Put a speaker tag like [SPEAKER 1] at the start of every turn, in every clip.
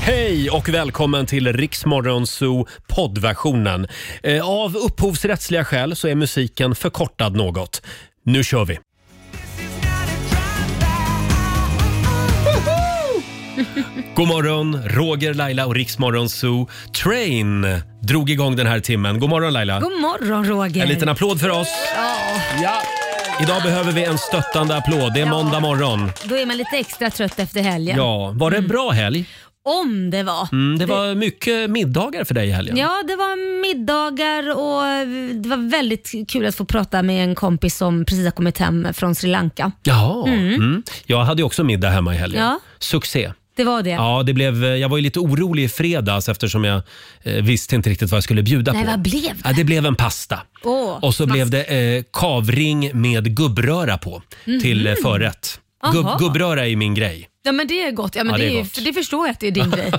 [SPEAKER 1] Hej och välkommen till Riksmorgon Zoo poddversionen. Eh, Av upphovsrättsliga skäl så är musiken förkortad något. Nu kör vi! God morgon, Roger, Laila och Riksmorgon Zoo. Train drog igång den här timmen. God morgon Laila!
[SPEAKER 2] God morgon Roger.
[SPEAKER 1] En liten applåd för oss. Ja. Idag behöver vi en stöttande applåd. Det är måndag morgon.
[SPEAKER 2] Då är man lite extra trött efter helgen.
[SPEAKER 1] Ja, var det en bra helg?
[SPEAKER 2] Om det var.
[SPEAKER 1] Mm, det var mycket middagar för dig i helgen.
[SPEAKER 2] Ja, det var middagar och det var väldigt kul att få prata med en kompis som precis har kommit hem från Sri Lanka.
[SPEAKER 1] Jaha. Mm. Jag hade ju också middag hemma i helgen.
[SPEAKER 2] Ja.
[SPEAKER 1] Succé.
[SPEAKER 2] Det var det.
[SPEAKER 1] Ja, det blev, eh, jag var ju lite orolig i fredags eftersom jag eh, visste inte riktigt vad jag skulle bjuda
[SPEAKER 2] Nej,
[SPEAKER 1] på.
[SPEAKER 2] vad blev det?
[SPEAKER 1] Ja, det blev en pasta.
[SPEAKER 2] Åh,
[SPEAKER 1] Och så blev det eh, kavring med gubbröra på
[SPEAKER 2] Mhm.
[SPEAKER 1] till eh, förrätt. Gubb,
[SPEAKER 2] Aha.
[SPEAKER 1] gubbröra är min grej.
[SPEAKER 2] Ja men det är gott. Ja, men
[SPEAKER 1] Ja, det
[SPEAKER 2] det,
[SPEAKER 1] är
[SPEAKER 2] är ju-
[SPEAKER 1] gott.
[SPEAKER 2] för det förstår jag att det är din grej.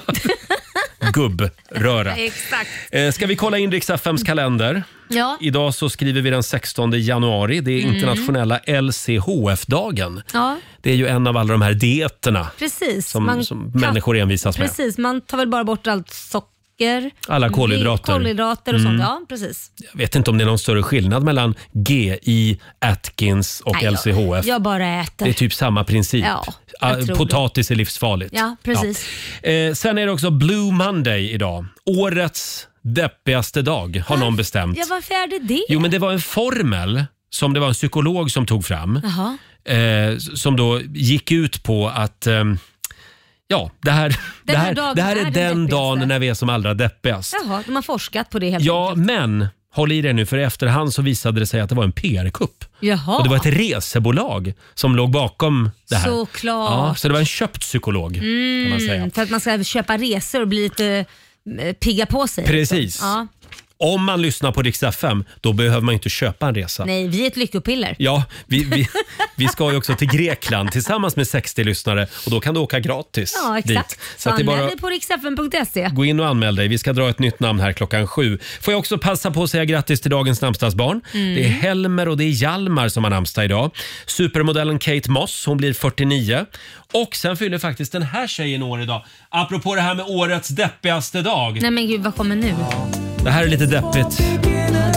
[SPEAKER 1] Gubbröra.
[SPEAKER 2] Exakt.
[SPEAKER 1] Eh, Ska vi kolla in riks kalender?
[SPEAKER 2] Ja.
[SPEAKER 1] Idag så skriver vi den 16 januari. Det är
[SPEAKER 2] Mm.
[SPEAKER 1] internationella LCHF-dagen.
[SPEAKER 2] ja,
[SPEAKER 1] Det är ju en av alla de här dieterna
[SPEAKER 2] precis.
[SPEAKER 1] som,
[SPEAKER 2] Man
[SPEAKER 1] som
[SPEAKER 2] kan-
[SPEAKER 1] människor envisas med.
[SPEAKER 2] Precis, man tar väl bara bort allt socker.
[SPEAKER 1] Alla kolhydrater. Mm.
[SPEAKER 2] Kolhydrater och sånt. Ja, precis.
[SPEAKER 1] Jag vet inte om det är någon större skillnad mellan GI, Atkins och
[SPEAKER 2] Nej, jag-
[SPEAKER 1] LCHF.
[SPEAKER 2] Jag bara äter.
[SPEAKER 1] Det är typ samma princip.
[SPEAKER 2] Ja, jag
[SPEAKER 1] Ah,
[SPEAKER 2] tror det.
[SPEAKER 1] Potatis är livsfarligt.
[SPEAKER 2] Ja, precis.
[SPEAKER 1] Ja. Eh, sen är det också Blue Monday idag. Årets deppigaste dag har någon bestämt.
[SPEAKER 2] Ja, varför är det det?
[SPEAKER 1] Jo, men det var en formel som det var en psykolog som tog fram.
[SPEAKER 2] Jaha.
[SPEAKER 1] eh, som då gick ut på att ehm, ja, det här, det
[SPEAKER 2] här
[SPEAKER 1] här,
[SPEAKER 2] dagen
[SPEAKER 1] det här
[SPEAKER 2] är
[SPEAKER 1] är den
[SPEAKER 2] den deppigaste.
[SPEAKER 1] dagen när vi är som allra deppigast.
[SPEAKER 2] Jaha, de har forskat på det helt
[SPEAKER 1] Ja,
[SPEAKER 2] enkelt.
[SPEAKER 1] men håll i dig nu för i efterhand så visade det sig att det var en PR-kupp.
[SPEAKER 2] Jaha.
[SPEAKER 1] Och det var ett resebolag som låg bakom det här.
[SPEAKER 2] Såklart.
[SPEAKER 1] Ja, så det var en köpt psykolog kan man säga.
[SPEAKER 2] Mm, för att man ska köpa resor och bli lite eh, pigga på sig.
[SPEAKER 1] Precis.
[SPEAKER 2] Ja.
[SPEAKER 1] Om man lyssnar på Rix FM, då behöver man inte köpa en resa.
[SPEAKER 2] Nej, vi är ett lyckopiller.
[SPEAKER 1] Ja, vi, vi, vi ska ju också till Grekland tillsammans med 60 lyssnare och då kan du åka gratis
[SPEAKER 2] Ja, exakt.
[SPEAKER 1] dit.
[SPEAKER 2] Så,
[SPEAKER 1] Så att det är
[SPEAKER 2] anmäl
[SPEAKER 1] bara Mm.
[SPEAKER 2] dig på riksfn.se.
[SPEAKER 1] Gå in och anmäl dig. Vi ska dra ett nytt namn här klockan sju. Får jag också passa på att säga grattis till dagens namnsdagsbarn.
[SPEAKER 2] Mm.
[SPEAKER 1] Det är Helmer och det är Hjalmar som har namnsdag idag. Supermodellen Kate Moss, hon blir 49. Och sen fyller faktiskt den här tjejen år idag. Apropå det här med årets deppigaste dag.
[SPEAKER 2] Nej men gud, vad kommer nu?
[SPEAKER 1] Det här är lite deppigt.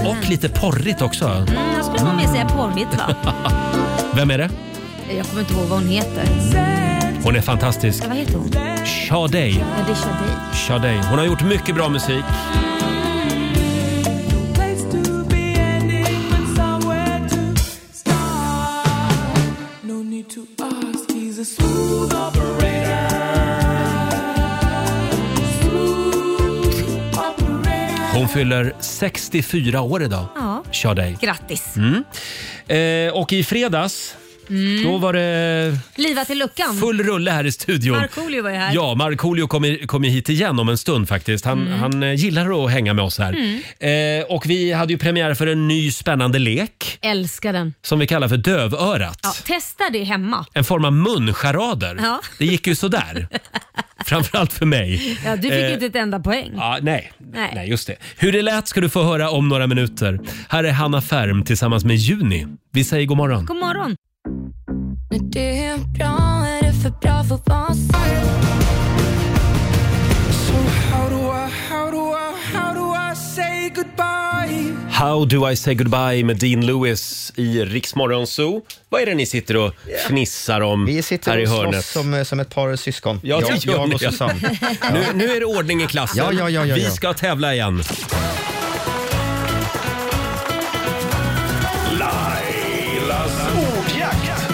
[SPEAKER 1] Och lite porrigt också.
[SPEAKER 2] Mm, jag skulle nog mer säga porrigt va?
[SPEAKER 1] Vem är det?
[SPEAKER 2] Jag kommer inte ihåg vad hon heter.
[SPEAKER 1] Hon är fantastisk.
[SPEAKER 2] Ja, vad heter hon?
[SPEAKER 1] Sade.
[SPEAKER 2] Ja, det är Shadi.
[SPEAKER 1] Sade. Hon har gjort mycket bra musik. Hon fyller 64 år idag.
[SPEAKER 2] Ja.
[SPEAKER 1] Sade.
[SPEAKER 2] Grattis.
[SPEAKER 1] Eh, och i fredags, då var det
[SPEAKER 2] Mm. Liva till luckan.
[SPEAKER 1] full rulle här i studion.
[SPEAKER 2] Markoolio var ju här.
[SPEAKER 1] Ja, Markoolio kommer kom ju hit igen om en stund faktiskt. Han, han eh, gillar att hänga med oss
[SPEAKER 2] Mm.
[SPEAKER 1] här. Eh, och vi hade ju premiär för en ny spännande lek
[SPEAKER 2] Älskar den.
[SPEAKER 1] som vi kallar för Dövörat.
[SPEAKER 2] Ja, testa det hemma.
[SPEAKER 1] En form av muncharader.
[SPEAKER 2] Ja.
[SPEAKER 1] Det gick ju sådär. Framförallt för mig.
[SPEAKER 2] Ja, du fick
[SPEAKER 1] Eh,
[SPEAKER 2] ju inte ett enda poäng.
[SPEAKER 1] Ja, nej. nej,
[SPEAKER 2] Nej.
[SPEAKER 1] just det. Hur det lät ska du få höra om några minuter. Här är Hanna Färm tillsammans med Juni. Vi säger god morgon.
[SPEAKER 2] God morgon.
[SPEAKER 3] Det
[SPEAKER 2] er
[SPEAKER 3] är bra, är det för bra för att vara sant?
[SPEAKER 1] How do I say goodbye med Dean Lewis i Riksmorgon Zoo. Vad är det ni sitter och fnissar om
[SPEAKER 4] Vi sitter
[SPEAKER 1] här i
[SPEAKER 4] och
[SPEAKER 1] hörnet?
[SPEAKER 4] slåss som, eh, som ett par syskon.
[SPEAKER 1] Ja, det
[SPEAKER 4] jag,
[SPEAKER 1] gör
[SPEAKER 4] jag
[SPEAKER 1] ni.
[SPEAKER 4] och Susanne.
[SPEAKER 1] Nu, nu är det ordning i klassen.
[SPEAKER 4] Ja, ja, ja, ja,
[SPEAKER 1] Vi
[SPEAKER 4] ja.
[SPEAKER 1] ska tävla igen.
[SPEAKER 5] Lailas ordjakt.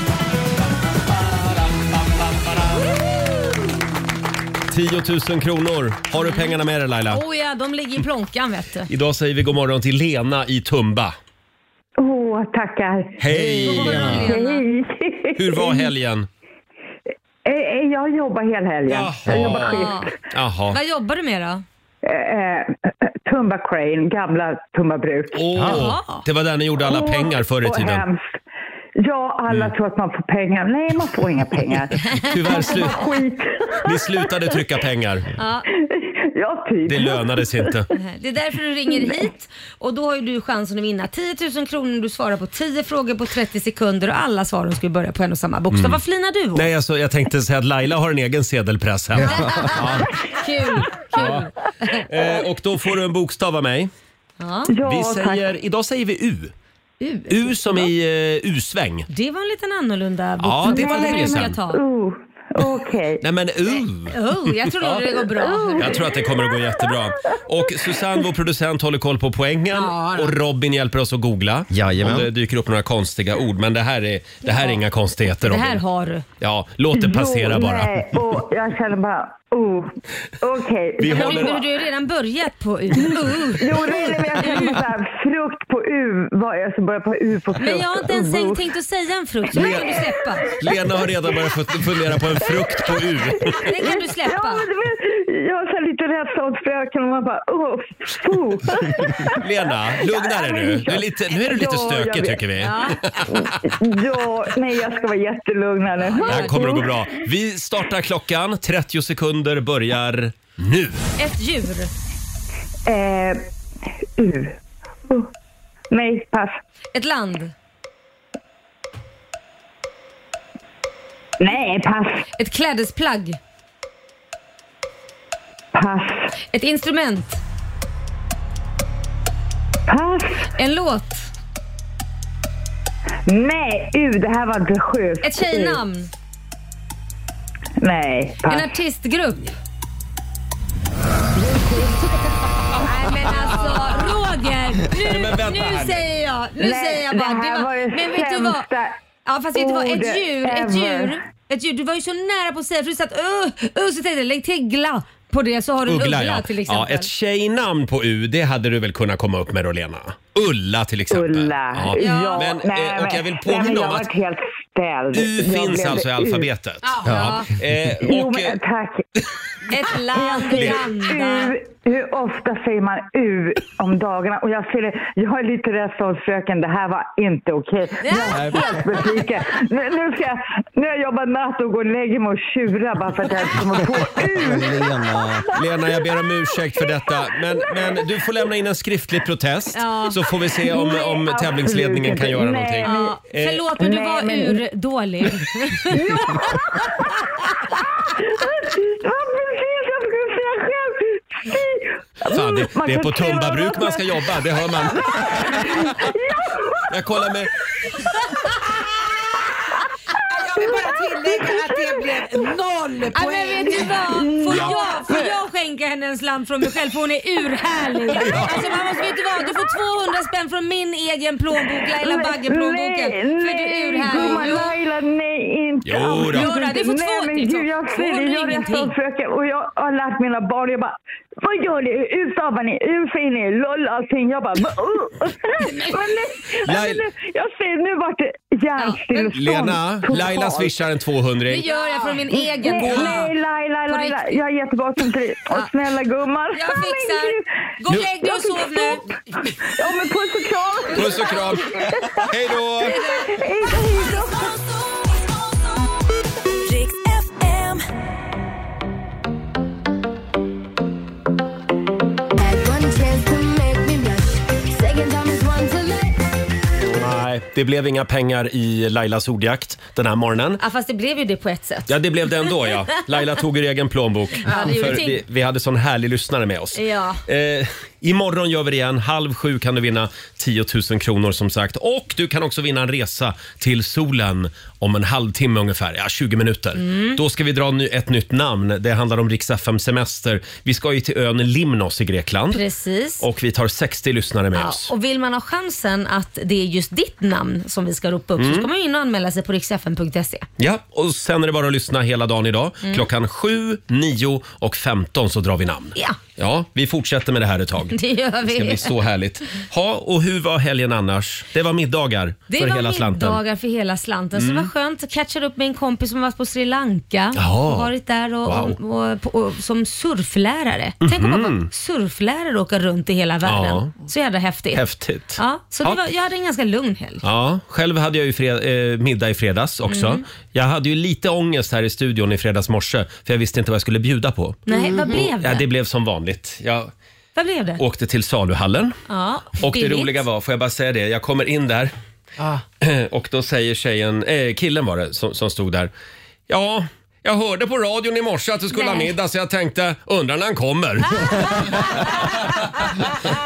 [SPEAKER 1] 10 000 kronor. Har du pengarna med dig Laila?
[SPEAKER 2] Oh ja, de ligger i plånkan vet du.
[SPEAKER 1] Idag säger vi god morgon till Lena i Tumba.
[SPEAKER 6] Åh, tackar.
[SPEAKER 1] Hej!
[SPEAKER 6] Hej.
[SPEAKER 1] Hur var helgen?
[SPEAKER 6] Eh, eh, Jag jobbar hela helgen. Jag
[SPEAKER 1] Jaha.
[SPEAKER 6] jobbar skift.
[SPEAKER 2] Ja.
[SPEAKER 1] Jaha.
[SPEAKER 2] Vad jobbar du med då?
[SPEAKER 6] Eh, eh, Tumba Crane, gamla Tumba bruk.
[SPEAKER 1] Åh,
[SPEAKER 2] Jaha.
[SPEAKER 1] det var där ni gjorde alla pengar förr i
[SPEAKER 6] Och
[SPEAKER 1] tiden. Mm.
[SPEAKER 6] hemskt. Ja, alla tror att man får pengar. Nej, man får inga pengar.
[SPEAKER 1] Tyvärr, slu-
[SPEAKER 6] Skit.
[SPEAKER 1] ni slutade trycka pengar.
[SPEAKER 6] Ja, typ.
[SPEAKER 1] Det lönades inte.
[SPEAKER 2] Nej, Det är därför du ringer hit och då har ju du chansen att vinna 10 000 kronor om du svarar på 10 frågor på 30 sekunder och alla svaren ska ju börja på en och samma bokstav. Vad flinar du åt?
[SPEAKER 1] Mm. Nej, alltså, jag tänkte säga att Laila har en egen sedelpress hemma.
[SPEAKER 2] Kul, kul.
[SPEAKER 1] Eh, och då får du en bokstav av mig.
[SPEAKER 2] Ja.
[SPEAKER 6] Ja,
[SPEAKER 1] Vi
[SPEAKER 6] tack.
[SPEAKER 1] säger, idag säger vi U.
[SPEAKER 2] U.
[SPEAKER 1] U som i eh, U-sväng.
[SPEAKER 2] Det var en liten annorlunda bok.
[SPEAKER 1] Ja, det var länge
[SPEAKER 2] brukar
[SPEAKER 1] sedan.
[SPEAKER 2] jag ta.
[SPEAKER 6] Oh, Okej.
[SPEAKER 1] Nej men U.
[SPEAKER 2] Oh, jag tror nog det går bra.
[SPEAKER 1] Jag tror att det kommer att gå jättebra. Och Susanne, vår producent, håller koll på poängen.
[SPEAKER 7] Ja, då.
[SPEAKER 1] och Robin hjälper oss att googla
[SPEAKER 4] Jajamän.
[SPEAKER 1] om det dyker upp några konstiga ord. Men det här är, det här är inga konstigheter
[SPEAKER 2] Det
[SPEAKER 1] Robin.
[SPEAKER 2] här har du.
[SPEAKER 1] Ja, låt det passera
[SPEAKER 6] Jo,
[SPEAKER 1] bara.
[SPEAKER 6] Nej, och jag känner bara, oh, okej.
[SPEAKER 1] Vi
[SPEAKER 2] Men
[SPEAKER 1] håller-
[SPEAKER 2] Du, du har ju redan börjat på U. Uh.
[SPEAKER 6] Jo, det är det, men jag känner så här, frukt på U, vad är det som börjar på U på frukt?
[SPEAKER 2] Men jag har inte ens
[SPEAKER 6] Oh.
[SPEAKER 2] tänkt- tänkt att säga en frukt, så den kan du släppa.
[SPEAKER 1] Lena har redan börjat fun- fundera på en frukt på U.
[SPEAKER 2] Den kan du
[SPEAKER 6] Ja,
[SPEAKER 2] släppa.
[SPEAKER 6] men du vet, jag har så här lite rädsla åt spöken och man bara, oh, oh.
[SPEAKER 1] Lena, lugna dig nu. Nu är, lite, nu är du lite
[SPEAKER 6] Ja, jag
[SPEAKER 1] stökig
[SPEAKER 6] vet.
[SPEAKER 1] tycker vi.
[SPEAKER 2] Ja.
[SPEAKER 6] Ja, nej jag ska vara jättelugn här nu.
[SPEAKER 1] Det här kommer att gå bra. Vi startar klockan. 30 sekunder börjar nu.
[SPEAKER 2] Ett djur.
[SPEAKER 6] Eh, U. Oh. Nej, pass.
[SPEAKER 2] Ett land.
[SPEAKER 6] Nej, pass.
[SPEAKER 2] Ett klädesplagg.
[SPEAKER 6] Pass.
[SPEAKER 2] Ett instrument.
[SPEAKER 6] Pass.
[SPEAKER 2] En låt.
[SPEAKER 6] Nej, U, det här var inte sjukt.
[SPEAKER 2] Ett tjejnamn.
[SPEAKER 6] Nej, pass.
[SPEAKER 2] En artistgrupp. Nej men alltså Roger, nu,
[SPEAKER 1] men vänta här
[SPEAKER 2] nu
[SPEAKER 1] nu.
[SPEAKER 2] säger jag, nu
[SPEAKER 6] Nej,
[SPEAKER 2] säger jag bara.
[SPEAKER 6] det här var det
[SPEAKER 2] men vet du vad?
[SPEAKER 6] sämsta
[SPEAKER 2] Ja fast vet du vad, ett
[SPEAKER 6] ordet
[SPEAKER 2] djur, ett
[SPEAKER 6] ever.
[SPEAKER 2] djur, ett djur. Du var ju så nära på att säga för du satt uh, uh, så tänkte jag lägg till gla på det så har du en uggla,
[SPEAKER 1] Uggla ja.
[SPEAKER 2] till
[SPEAKER 1] ja.
[SPEAKER 2] exempel.
[SPEAKER 1] Ett tjejnamn på U, det hade du väl kunnat komma upp med då Lena? Ulla till exempel.
[SPEAKER 6] Ulla. Ja.
[SPEAKER 1] Men, eh, och jag vill påminna
[SPEAKER 6] nej, men jag
[SPEAKER 1] om att
[SPEAKER 6] varit helt ställd.
[SPEAKER 1] U
[SPEAKER 6] Jag
[SPEAKER 1] finns
[SPEAKER 6] blev
[SPEAKER 1] alltså i
[SPEAKER 6] U.
[SPEAKER 1] alfabetet.
[SPEAKER 2] Ja.
[SPEAKER 1] Eh,
[SPEAKER 6] Jo,
[SPEAKER 1] och, eh,
[SPEAKER 6] men tack.
[SPEAKER 2] Ett land, landa.
[SPEAKER 6] U, hur ofta säger man U om dagarna? Och jag, ser det, jag är lite rädd som fröken, det här var inte okej. Jag är helt besviken. Nu, nu, ska jag, nu har jag jobbat natt och går och lägger mig och tjurar bara för att jag inte kommer på U.
[SPEAKER 4] Lena.
[SPEAKER 1] Lena, jag ber om ursäkt för detta. Men, men du får lämna in en skriftlig protest
[SPEAKER 2] Ja.
[SPEAKER 1] så får vi se om, om
[SPEAKER 6] absolut
[SPEAKER 1] tävlingsledningen kan
[SPEAKER 6] inte.
[SPEAKER 1] göra
[SPEAKER 6] Nej.
[SPEAKER 1] någonting.
[SPEAKER 2] Ja,
[SPEAKER 1] Eh,
[SPEAKER 2] förlåt men du
[SPEAKER 6] nej,
[SPEAKER 2] var
[SPEAKER 6] men-
[SPEAKER 2] urdålig.
[SPEAKER 6] Vad precis jag skulle säga själv. Fy.
[SPEAKER 1] Fan, det,
[SPEAKER 6] Man
[SPEAKER 1] det är
[SPEAKER 6] kan
[SPEAKER 1] på
[SPEAKER 6] skriva
[SPEAKER 1] Tumba bruk
[SPEAKER 6] något
[SPEAKER 1] man
[SPEAKER 6] med-
[SPEAKER 1] ska jobba, det hör man. Jag kollar med...
[SPEAKER 7] Jag vill bara tillägga att det blev noll
[SPEAKER 2] Ja, men vet
[SPEAKER 7] poäng.
[SPEAKER 2] du vad? Får jag, får jag skänka henne en slant från mig själv för hon är urhärlig. Alltså man måste, vet du vad? Du får 200 spänn från min egen plånbok, Laila Bagge-plånboken. För du är
[SPEAKER 6] Nej, gumman
[SPEAKER 2] urhärlig. Jo.
[SPEAKER 6] Laila, nej inte
[SPEAKER 1] Jo då.
[SPEAKER 6] absolut
[SPEAKER 1] Jo
[SPEAKER 2] då, du får
[SPEAKER 6] inte.
[SPEAKER 2] två
[SPEAKER 6] Nej
[SPEAKER 2] till,
[SPEAKER 6] men gud, jag
[SPEAKER 2] så.
[SPEAKER 6] säger det,
[SPEAKER 2] Två
[SPEAKER 6] jag
[SPEAKER 2] blir
[SPEAKER 6] är
[SPEAKER 2] ingenting.
[SPEAKER 6] nästan fröken och jag har lärt mina barn, jag bara, vad gör ni? Hur stavar ni? Hur säger ni? Loll allting. Jag bara, "Va- uh." men nej,
[SPEAKER 1] Laila-
[SPEAKER 6] men nu- jag säger nu vart det hjärnstillestånd.
[SPEAKER 1] Lena,
[SPEAKER 6] totalt.
[SPEAKER 1] Laila swishar en 200
[SPEAKER 2] Det gör jag från min egen
[SPEAKER 6] Mm. Nej,
[SPEAKER 2] plånbok.
[SPEAKER 6] nej Laila,
[SPEAKER 2] På
[SPEAKER 6] Laila,
[SPEAKER 2] riktigt.
[SPEAKER 6] jag är jättebra som till Och snälla gumman.
[SPEAKER 2] Jag
[SPEAKER 6] Men
[SPEAKER 2] fixar.
[SPEAKER 6] gud.
[SPEAKER 2] Gå och lägg dig och sov nu.
[SPEAKER 6] Ja men puss och kram.
[SPEAKER 1] Puss och kram! Hej då!
[SPEAKER 6] Hej då, hej då.
[SPEAKER 8] Riks FM.
[SPEAKER 1] Nej, det blev inga pengar i Lailas ordjakt den här morgonen.
[SPEAKER 2] Ja fast det blev ju det på ett sätt.
[SPEAKER 1] Ja, det blev det ändå ja. Laila tog ur egen plånbok.
[SPEAKER 2] det gjorde ting.
[SPEAKER 1] vi, vi hade sån härlig lyssnare med oss.
[SPEAKER 2] Ja.
[SPEAKER 1] Eh, imorgon gör vi det igen. Halv sju kan du vinna 10 000 kronor som sagt. Och du kan också vinna en resa till solen om en halvtimme ungefär. Ja, 20 minuter.
[SPEAKER 2] Mm.
[SPEAKER 1] Då ska vi dra ny, ett nytt namn. Det handlar om Rix FM Semester. Vi ska ju till ön Limnos i Grekland.
[SPEAKER 2] Precis.
[SPEAKER 1] Och vi tar 60 lyssnare med
[SPEAKER 2] Ja,
[SPEAKER 1] oss.
[SPEAKER 2] och vill man ha chansen att det är just ditt namn som vi ska ropa upp
[SPEAKER 1] Mm.
[SPEAKER 2] så ska man ju in och anmäla sig på riksfn.se.
[SPEAKER 1] Ja, och sen är det bara att lyssna hela dagen idag.
[SPEAKER 2] Mm.
[SPEAKER 1] Klockan 7, 9 och 15 så drar vi namn.
[SPEAKER 2] Ja.
[SPEAKER 1] Ja, vi fortsätter med det här ett tag.
[SPEAKER 2] Det gör vi.
[SPEAKER 1] Det ska bli så härligt. Ha, och hur var helgen annars? Det var middagar
[SPEAKER 2] Det
[SPEAKER 1] för
[SPEAKER 2] var
[SPEAKER 1] hela slanten. Mm.
[SPEAKER 2] middagar för hela slanten. Så det var skönt. Catchade upp med en kompis som varit på Sri Lanka.
[SPEAKER 1] Jaha.
[SPEAKER 2] Och varit där och,
[SPEAKER 1] Wow. Mhm.
[SPEAKER 2] och, och, och, som surflärare. Tänk om man var surflärare och åka runt i hela världen. Så jävla häftigt.
[SPEAKER 1] Häftigt.
[SPEAKER 2] Ja, så
[SPEAKER 1] Ja.
[SPEAKER 2] det var, jag hade en ganska lugn helg.
[SPEAKER 1] Ja, själv hade jag ju fred, eh, middag i fredags också.
[SPEAKER 2] Mm.
[SPEAKER 1] Jag hade ju lite ångest här i studion i fredags morse för jag visste inte vad jag skulle bjuda på. Mm.
[SPEAKER 2] Nej, vad blev det?
[SPEAKER 1] Ja, det blev som vanligt. Jag
[SPEAKER 2] Vad blev det?
[SPEAKER 1] åkte till saluhallen
[SPEAKER 2] Ja,
[SPEAKER 1] och
[SPEAKER 2] billigt.
[SPEAKER 1] det roliga var, får jag bara säga det, jag kommer in där
[SPEAKER 9] Ah.
[SPEAKER 1] och då säger tjejen, eh, killen var det som, som stod där. Ja, jag hörde på radion i morse att du skulle ha
[SPEAKER 2] Nej. Ah.
[SPEAKER 1] middag så jag tänkte, undrar när han kommer.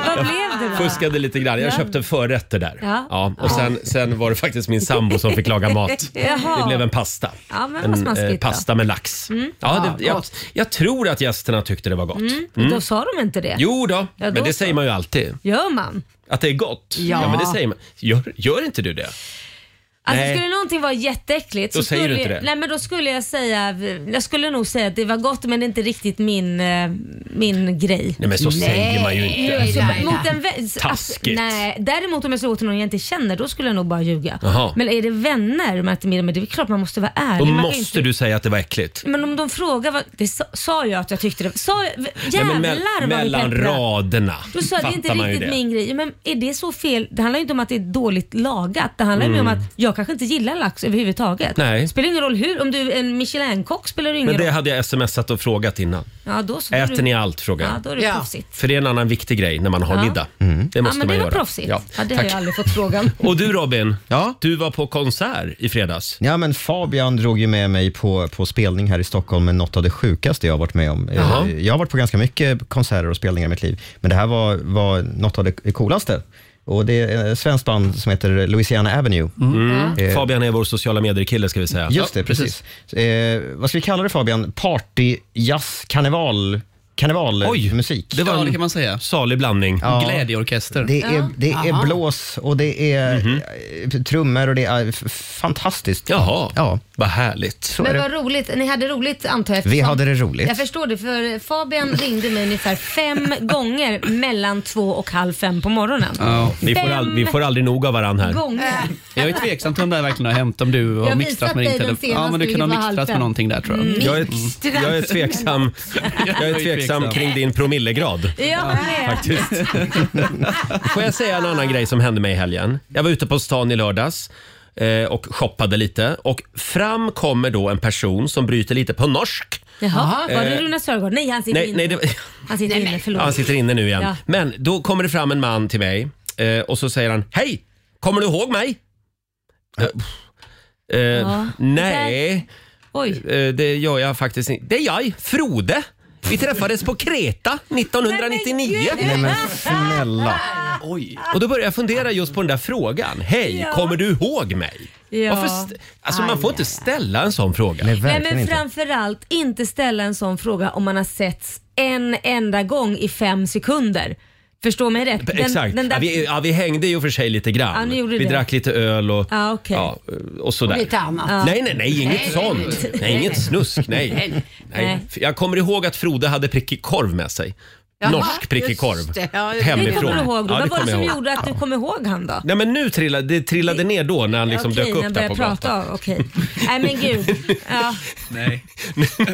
[SPEAKER 2] Vad blev det då?
[SPEAKER 1] Fuskade lite grann. Jag köpte förrätter där.
[SPEAKER 2] Ja. Ah.
[SPEAKER 1] och sen, sen var det faktiskt min sambo som fick laga mat.
[SPEAKER 2] Jaha.
[SPEAKER 1] Det blev en pasta.
[SPEAKER 2] Ja, men vad
[SPEAKER 1] en eh,
[SPEAKER 2] smaskigt då. Mm. Ah,
[SPEAKER 1] pasta med lax. Ja, det, jag, jag tror att gästerna tyckte det var gott. Mm.
[SPEAKER 2] Då sa de inte det.
[SPEAKER 1] Jo då,
[SPEAKER 2] Ja, då
[SPEAKER 1] men det
[SPEAKER 2] så.
[SPEAKER 1] säger man ju alltid.
[SPEAKER 2] Gör man?
[SPEAKER 1] Att det är gott. Ja, men det säger man. Gör, gör inte du det?
[SPEAKER 2] Alltså
[SPEAKER 1] Nej.
[SPEAKER 2] skulle någonting vara jätteäckligt
[SPEAKER 1] Då
[SPEAKER 2] så
[SPEAKER 1] säger
[SPEAKER 2] skulle,
[SPEAKER 1] du inte det.
[SPEAKER 2] Nej men då skulle jag säga, jag skulle nog säga att det var gott men det är inte riktigt min, eh, min grej.
[SPEAKER 1] Nej, men så säger man ju inte.
[SPEAKER 2] Så mot en vän, alltså,
[SPEAKER 1] Taskigt.
[SPEAKER 2] nej, däremot om jag slår till någon jag inte känner, då skulle jag nog bara ljuga.
[SPEAKER 1] Jaha.
[SPEAKER 2] Men är det vänner man äter middag med, det är klart man måste vara ärlig.
[SPEAKER 1] Då
[SPEAKER 2] Man kan ju
[SPEAKER 1] måste
[SPEAKER 2] inte,
[SPEAKER 1] du säga att det var äckligt.
[SPEAKER 2] Men om de frågar, vad, det sa, sa jag att jag tyckte det sa, jag-
[SPEAKER 1] Nej,
[SPEAKER 2] Jävlar
[SPEAKER 1] men
[SPEAKER 2] vad
[SPEAKER 1] me-
[SPEAKER 2] vi
[SPEAKER 1] mellan
[SPEAKER 2] pepprar.
[SPEAKER 1] raderna
[SPEAKER 2] Då sa jag, det är inte
[SPEAKER 1] fattar man ju
[SPEAKER 2] riktigt
[SPEAKER 1] det.
[SPEAKER 2] min grej. Ja, Men är det så fel? Det handlar ju inte om att det är dåligt lagat. Det handlar ju mer om att jag kanske inte gillar lax överhuvudtaget.
[SPEAKER 1] Mm. Nej.
[SPEAKER 2] Spelar ingen roll hur. Om du är en Michelin-kock spelar det ingen
[SPEAKER 1] Men det
[SPEAKER 2] roll.
[SPEAKER 1] hade jag smsat och frågat innan.
[SPEAKER 2] Ja, då så, då är
[SPEAKER 1] Äter
[SPEAKER 2] du-
[SPEAKER 1] ni allt? frågade
[SPEAKER 2] Ja,
[SPEAKER 1] jag.
[SPEAKER 2] då är det
[SPEAKER 7] Ja.
[SPEAKER 2] proffsigt.
[SPEAKER 1] För det är en annan viktig grej när man har
[SPEAKER 2] Ja.
[SPEAKER 1] middag.
[SPEAKER 4] Mm.
[SPEAKER 1] Det
[SPEAKER 2] Ja,
[SPEAKER 1] måste man
[SPEAKER 2] men det var
[SPEAKER 1] göra.
[SPEAKER 2] proffsigt.
[SPEAKER 1] Ja.
[SPEAKER 2] Ja. det har
[SPEAKER 1] Tack.
[SPEAKER 2] jag aldrig fått frågan.
[SPEAKER 1] Och du Robin,
[SPEAKER 4] Ja.
[SPEAKER 1] du var på konsert i fredags.
[SPEAKER 4] Ja, men Fabian drog ju med mig på, på spelning här i Stockholm med något av det sjukaste jag har varit med om. Eh,
[SPEAKER 1] Jaha.
[SPEAKER 4] Jag har varit på ganska mycket konserter och spelningar i mitt liv, men det här var, var något av det coolaste. Och det är ett svenskt band som heter Louisiana Avenue. Eh,
[SPEAKER 1] Mm. Fabian är vår sociala medier-kille ska vi säga.
[SPEAKER 4] Just det, precis. Eh, vad ska vi kalla det Fabian? Party, jazz, karneval,
[SPEAKER 1] Oj,
[SPEAKER 4] karnevalmusik.
[SPEAKER 9] Det var
[SPEAKER 1] Ja,
[SPEAKER 9] en
[SPEAKER 1] det kan man
[SPEAKER 9] säga.
[SPEAKER 1] Salig blandning.
[SPEAKER 9] glädjeorkester.
[SPEAKER 4] Det är, det är blås och det är
[SPEAKER 1] Mhm.
[SPEAKER 4] eh, trummor och det är f- fantastiskt.
[SPEAKER 1] Jaha,
[SPEAKER 4] Ja.
[SPEAKER 1] vad härligt.
[SPEAKER 4] Så är
[SPEAKER 2] Men
[SPEAKER 4] det.
[SPEAKER 2] vad roligt. Ni hade roligt antar jag.
[SPEAKER 4] Vi
[SPEAKER 2] eftersom-
[SPEAKER 4] hade det roligt.
[SPEAKER 2] Jag förstår det för Fabian ringde mig ungefär fem gånger mellan två och halv fem på morgonen.
[SPEAKER 1] Vi får, all, vi får aldrig nog av varandra här.
[SPEAKER 2] Gånger.
[SPEAKER 9] Jag är tveksam till om det här verkligen har hänt, om du
[SPEAKER 2] Jag har
[SPEAKER 9] har
[SPEAKER 2] visat
[SPEAKER 9] mixtrat med
[SPEAKER 2] dig
[SPEAKER 9] din
[SPEAKER 2] den
[SPEAKER 9] telefon.
[SPEAKER 2] senaste, Mm.
[SPEAKER 9] Ja, men du kunde ha
[SPEAKER 2] vilket var
[SPEAKER 9] mixtrat
[SPEAKER 2] halvfem.
[SPEAKER 9] med någonting där tror jag.
[SPEAKER 1] Jag är, jag är tveksam, jag är tveksam kring din promillegrad.
[SPEAKER 2] Jag med.
[SPEAKER 1] Faktiskt. Får jag säga en annan grej som hände mig i helgen? Jag var ute på stan i lördags eh, och shoppade lite och fram kommer då en person som bryter lite på norsk.
[SPEAKER 2] Jaha, var det Rune Sörgård? Nej, han sitter
[SPEAKER 1] Eh, Nej,
[SPEAKER 2] inne.
[SPEAKER 1] nej, det,
[SPEAKER 2] Han sitter inne, förlåt.
[SPEAKER 1] Ja, han sitter inne nu igen.
[SPEAKER 2] Ja.
[SPEAKER 1] Men då kommer det fram en man till mig eh, och så säger han Hej! Kommer du ihåg mig? Eh, eh, Nej,
[SPEAKER 2] Oj.
[SPEAKER 1] eh, det gör jag faktiskt inte. Det är jag, Frode. Vi träffades på Kreta 1999.
[SPEAKER 4] Nej men snälla.
[SPEAKER 1] Och då började jag fundera just på den där frågan. Hej, kommer du ihåg mig?
[SPEAKER 2] Ja.
[SPEAKER 1] Varför st- alltså man får inte ställa en sån fråga.
[SPEAKER 4] Nej,
[SPEAKER 2] Nej,
[SPEAKER 4] verkligen
[SPEAKER 2] men
[SPEAKER 4] inte.
[SPEAKER 2] framförallt inte ställa en sån fråga om man har setts en enda gång i fem sekunder. Förstå mig rätt. Den-
[SPEAKER 1] Exakt.
[SPEAKER 2] den där-
[SPEAKER 1] ja, vi, ja, vi hängde ju för sig lite
[SPEAKER 2] Ja,
[SPEAKER 1] grann.
[SPEAKER 2] ni gjorde
[SPEAKER 1] vi
[SPEAKER 2] det.
[SPEAKER 1] drack lite öl och,
[SPEAKER 2] Ja, okej.
[SPEAKER 1] och sådär.
[SPEAKER 7] Lite annat.
[SPEAKER 1] Nej, nej, nej, inget
[SPEAKER 7] Nej,
[SPEAKER 1] sånt. Nej, inget snusk, nej. nej.
[SPEAKER 2] Nej.
[SPEAKER 1] För Jag kommer ihåg att Frode hade prickig korv med sig.
[SPEAKER 7] Jaha,
[SPEAKER 1] Norsk prickig
[SPEAKER 7] just
[SPEAKER 1] korv.
[SPEAKER 7] det. Ja, det
[SPEAKER 2] det
[SPEAKER 1] Hemifrån.
[SPEAKER 2] kommer du ihåg då.
[SPEAKER 1] Ja, det
[SPEAKER 2] Vad var
[SPEAKER 1] kommer
[SPEAKER 2] det som
[SPEAKER 1] jag ihåg.
[SPEAKER 2] gjorde att du kom ihåg han då?
[SPEAKER 1] Nej men nu trillade det trillade ner då när han liksom
[SPEAKER 2] Okej,
[SPEAKER 1] dök
[SPEAKER 2] när
[SPEAKER 1] upp
[SPEAKER 2] jag
[SPEAKER 1] där
[SPEAKER 2] börjar
[SPEAKER 1] på
[SPEAKER 2] prata.
[SPEAKER 1] gatan.
[SPEAKER 2] Okej. Nej men gud. Ja.
[SPEAKER 9] Nej.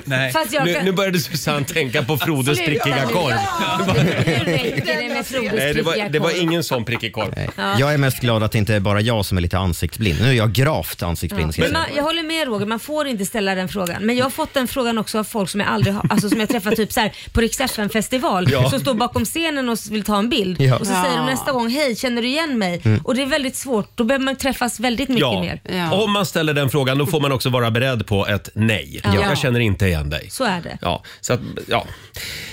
[SPEAKER 9] Nej.
[SPEAKER 2] Fast jag
[SPEAKER 1] Nu,
[SPEAKER 2] kan...
[SPEAKER 1] nu började Susanne tänka på Frodes prickiga korv.
[SPEAKER 2] Nu räcker det med Frodes
[SPEAKER 1] Nej, det var,
[SPEAKER 2] prickiga
[SPEAKER 1] det var
[SPEAKER 2] korv.
[SPEAKER 1] ingen sån prickig korv.
[SPEAKER 4] Jag är mest glad att det inte är bara jag som är lite ansiktsblind. Nu är jag gravt ansiktsblind. ska jag
[SPEAKER 2] Men
[SPEAKER 4] säga.
[SPEAKER 2] man, jag håller med Roger, man får inte ställa den frågan. Men jag har fått den frågan också av folk som jag aldrig har, alltså som jag träffat typ så här på Rix FM festival
[SPEAKER 1] Ja.
[SPEAKER 2] som står bakom scenen och vill ta en bild.
[SPEAKER 4] Ja.
[SPEAKER 2] Och så säger de nästa gång, hej känner du igen mig? Och det är väldigt svårt, då behöver man träffas väldigt mycket
[SPEAKER 1] Mm. Ja.
[SPEAKER 2] mer.
[SPEAKER 7] Ja.
[SPEAKER 1] Om man ställer den frågan då får man också vara beredd på ett nej. Jag känner inte igen dig.
[SPEAKER 2] Så är det.
[SPEAKER 1] Ja, så att, ja.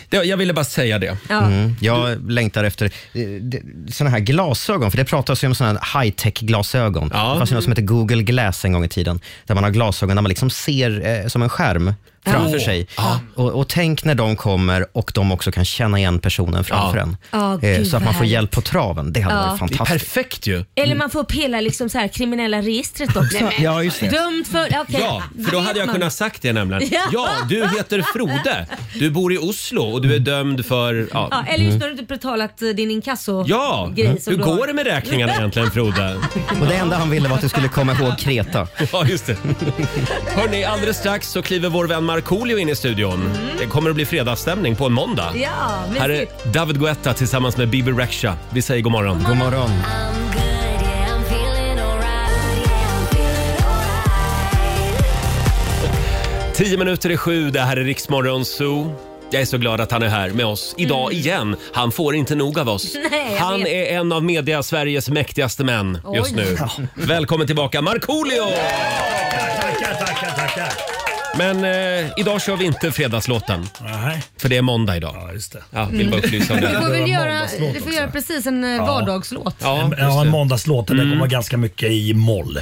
[SPEAKER 1] Det- Jag ville bara säga det.
[SPEAKER 2] Ja.
[SPEAKER 4] Mm. Jag längtar efter eh, det- såna här glasögon, för det pratas ju om såna här high-tech-glasögon.
[SPEAKER 1] Ja.
[SPEAKER 4] Det fanns ju något som hette Google Glass en gång i tiden, där man har glasögon där man liksom ser eh, som en skärm framför
[SPEAKER 1] Ja.
[SPEAKER 4] sig. Och, och tänk när de kommer och de också kan känna igen personen framför en.
[SPEAKER 2] Ja,
[SPEAKER 4] Eh,
[SPEAKER 2] gud,
[SPEAKER 4] så att man
[SPEAKER 2] vad
[SPEAKER 4] får
[SPEAKER 2] härligt.
[SPEAKER 4] hjälp på traven. Det hade varit
[SPEAKER 1] Det är
[SPEAKER 4] fantastiskt.
[SPEAKER 1] perfekt ju.
[SPEAKER 2] Eller man får upp hela liksom så här, kriminella registret också.
[SPEAKER 4] Ja, just det.
[SPEAKER 2] Dömd för... Okej.
[SPEAKER 1] Ja, för då
[SPEAKER 2] Vet
[SPEAKER 1] hade jag
[SPEAKER 2] man.
[SPEAKER 1] kunnat sagt det nämligen.
[SPEAKER 2] Ja.
[SPEAKER 1] Ja, du heter Frode. Du bor i Oslo och du är dömd för...
[SPEAKER 2] Ja,
[SPEAKER 1] Ja, mm.
[SPEAKER 2] eller just när du inte betalat eh, din inkasso
[SPEAKER 1] ja.
[SPEAKER 2] grej som
[SPEAKER 1] hur
[SPEAKER 2] du har.
[SPEAKER 1] går det med räkningarna egentligen Frode?
[SPEAKER 4] Och det enda han ville var att du skulle komma ihåg Kreta.
[SPEAKER 1] Ja, just det. Hörni, alldeles strax så kliver vår vän Markoolio in i studion. Det kommer att bli fredagsstämning på en måndag.
[SPEAKER 2] Mm. Ja, typ.
[SPEAKER 1] Här är
[SPEAKER 2] mysigt.
[SPEAKER 1] David Guetta tillsammans med Bibi Rexha. Vi säger god morgon.
[SPEAKER 4] God morgon.
[SPEAKER 3] I'm good, yeah, I'm feeling alright. Yeah, I'm feeling alright.
[SPEAKER 1] Tio minuter i sju, det här är Riksmorgon Zoo. Jag är så glad att han är här med oss idag igen. Han får inte nog av oss.
[SPEAKER 2] Mm. Nej, jag
[SPEAKER 1] han
[SPEAKER 2] vet.
[SPEAKER 1] är en av media Sveriges mäktigaste män just
[SPEAKER 2] Oj.
[SPEAKER 1] nu. Välkommen tillbaka Markoolio!
[SPEAKER 10] Tackar, tackar, tackar.
[SPEAKER 1] Men eh, idag kör vi inte fredagslåten.
[SPEAKER 10] Nej.
[SPEAKER 1] För det är måndag idag. Ja,
[SPEAKER 10] just det.
[SPEAKER 1] Ja, vill bara
[SPEAKER 2] Mm.
[SPEAKER 1] upplysa om
[SPEAKER 2] Du får
[SPEAKER 1] det.
[SPEAKER 2] väl
[SPEAKER 10] Det var
[SPEAKER 2] göra,
[SPEAKER 10] måndagslåt
[SPEAKER 2] du får göra
[SPEAKER 10] också.
[SPEAKER 2] precis en eh,
[SPEAKER 10] Ja.
[SPEAKER 2] vardagslåt.
[SPEAKER 10] en, ja, en måndagslåt där
[SPEAKER 1] Mm.
[SPEAKER 10] det kommer ganska mycket i moll.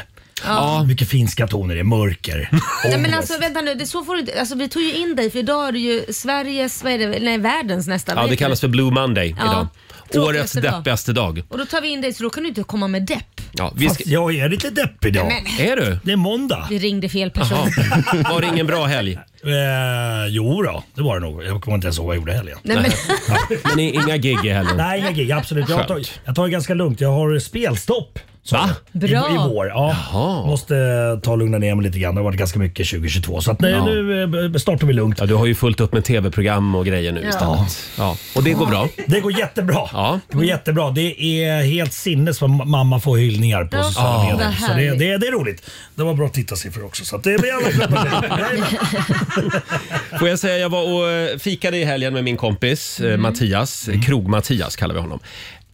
[SPEAKER 2] Ja.
[SPEAKER 10] Mycket finska toner, det är mörker.
[SPEAKER 2] Nej
[SPEAKER 10] Oh,
[SPEAKER 2] men alltså vänta nu, det, så får du, alltså, vi tog ju in dig för idag är det ju Sveriges, vad är det, nej världens nästan.
[SPEAKER 1] Ja, det kallas för Blue Monday
[SPEAKER 2] Ja.
[SPEAKER 1] idag.
[SPEAKER 2] Tråkigaste
[SPEAKER 1] Årets
[SPEAKER 2] dag.
[SPEAKER 1] deppigaste dag.
[SPEAKER 2] Och då tar vi in dig så då kan du inte komma med depp.
[SPEAKER 1] Ja, vi
[SPEAKER 10] Fast jag är lite deppig idag.
[SPEAKER 2] Nej,
[SPEAKER 1] Är du?
[SPEAKER 10] Det är måndag.
[SPEAKER 2] Vi ringde fel person.
[SPEAKER 1] Jaha. Var det ingen bra helg?
[SPEAKER 10] Eh, jo då, det var det nog. Jag kommer inte ens ihåg vad jag gjorde i helgen.
[SPEAKER 2] Nej, men,
[SPEAKER 1] Men i- inga gig i helgen?
[SPEAKER 10] Nej, inga gig. Absolut. Jag tar,
[SPEAKER 1] Skönt.
[SPEAKER 10] jag tar det ganska lugnt. Jag har spelstopp. Så
[SPEAKER 1] Va?
[SPEAKER 10] I, I
[SPEAKER 2] Bra.
[SPEAKER 10] vår. Ja.
[SPEAKER 1] Jaha.
[SPEAKER 10] Måste eh, ta och lugna ner mig lite grann. Det har varit ganska mycket 2022. Så att, nej,
[SPEAKER 1] Ja.
[SPEAKER 10] nu eh, b- startar vi lugnt.
[SPEAKER 1] Ja, du har ju fullt upp med tv-program och grejer nu istället. Ja. Och det går bra.
[SPEAKER 10] Det går jättebra.
[SPEAKER 1] Ja.
[SPEAKER 10] Det går jättebra. Det är helt sinnes vad ma- mamma får hyllningar på
[SPEAKER 2] Ja,
[SPEAKER 10] sociala
[SPEAKER 2] vad
[SPEAKER 10] medier. Så det,
[SPEAKER 2] härligt.
[SPEAKER 10] det, det är roligt. Det var bra tittarsiffror också. Så att det blir alla klubbar nu. Jajamän.
[SPEAKER 1] Får jag säga, jag var och eh, fikade i helgen med min kompis eh, Mattias. Krog-Mattias kallar vi honom.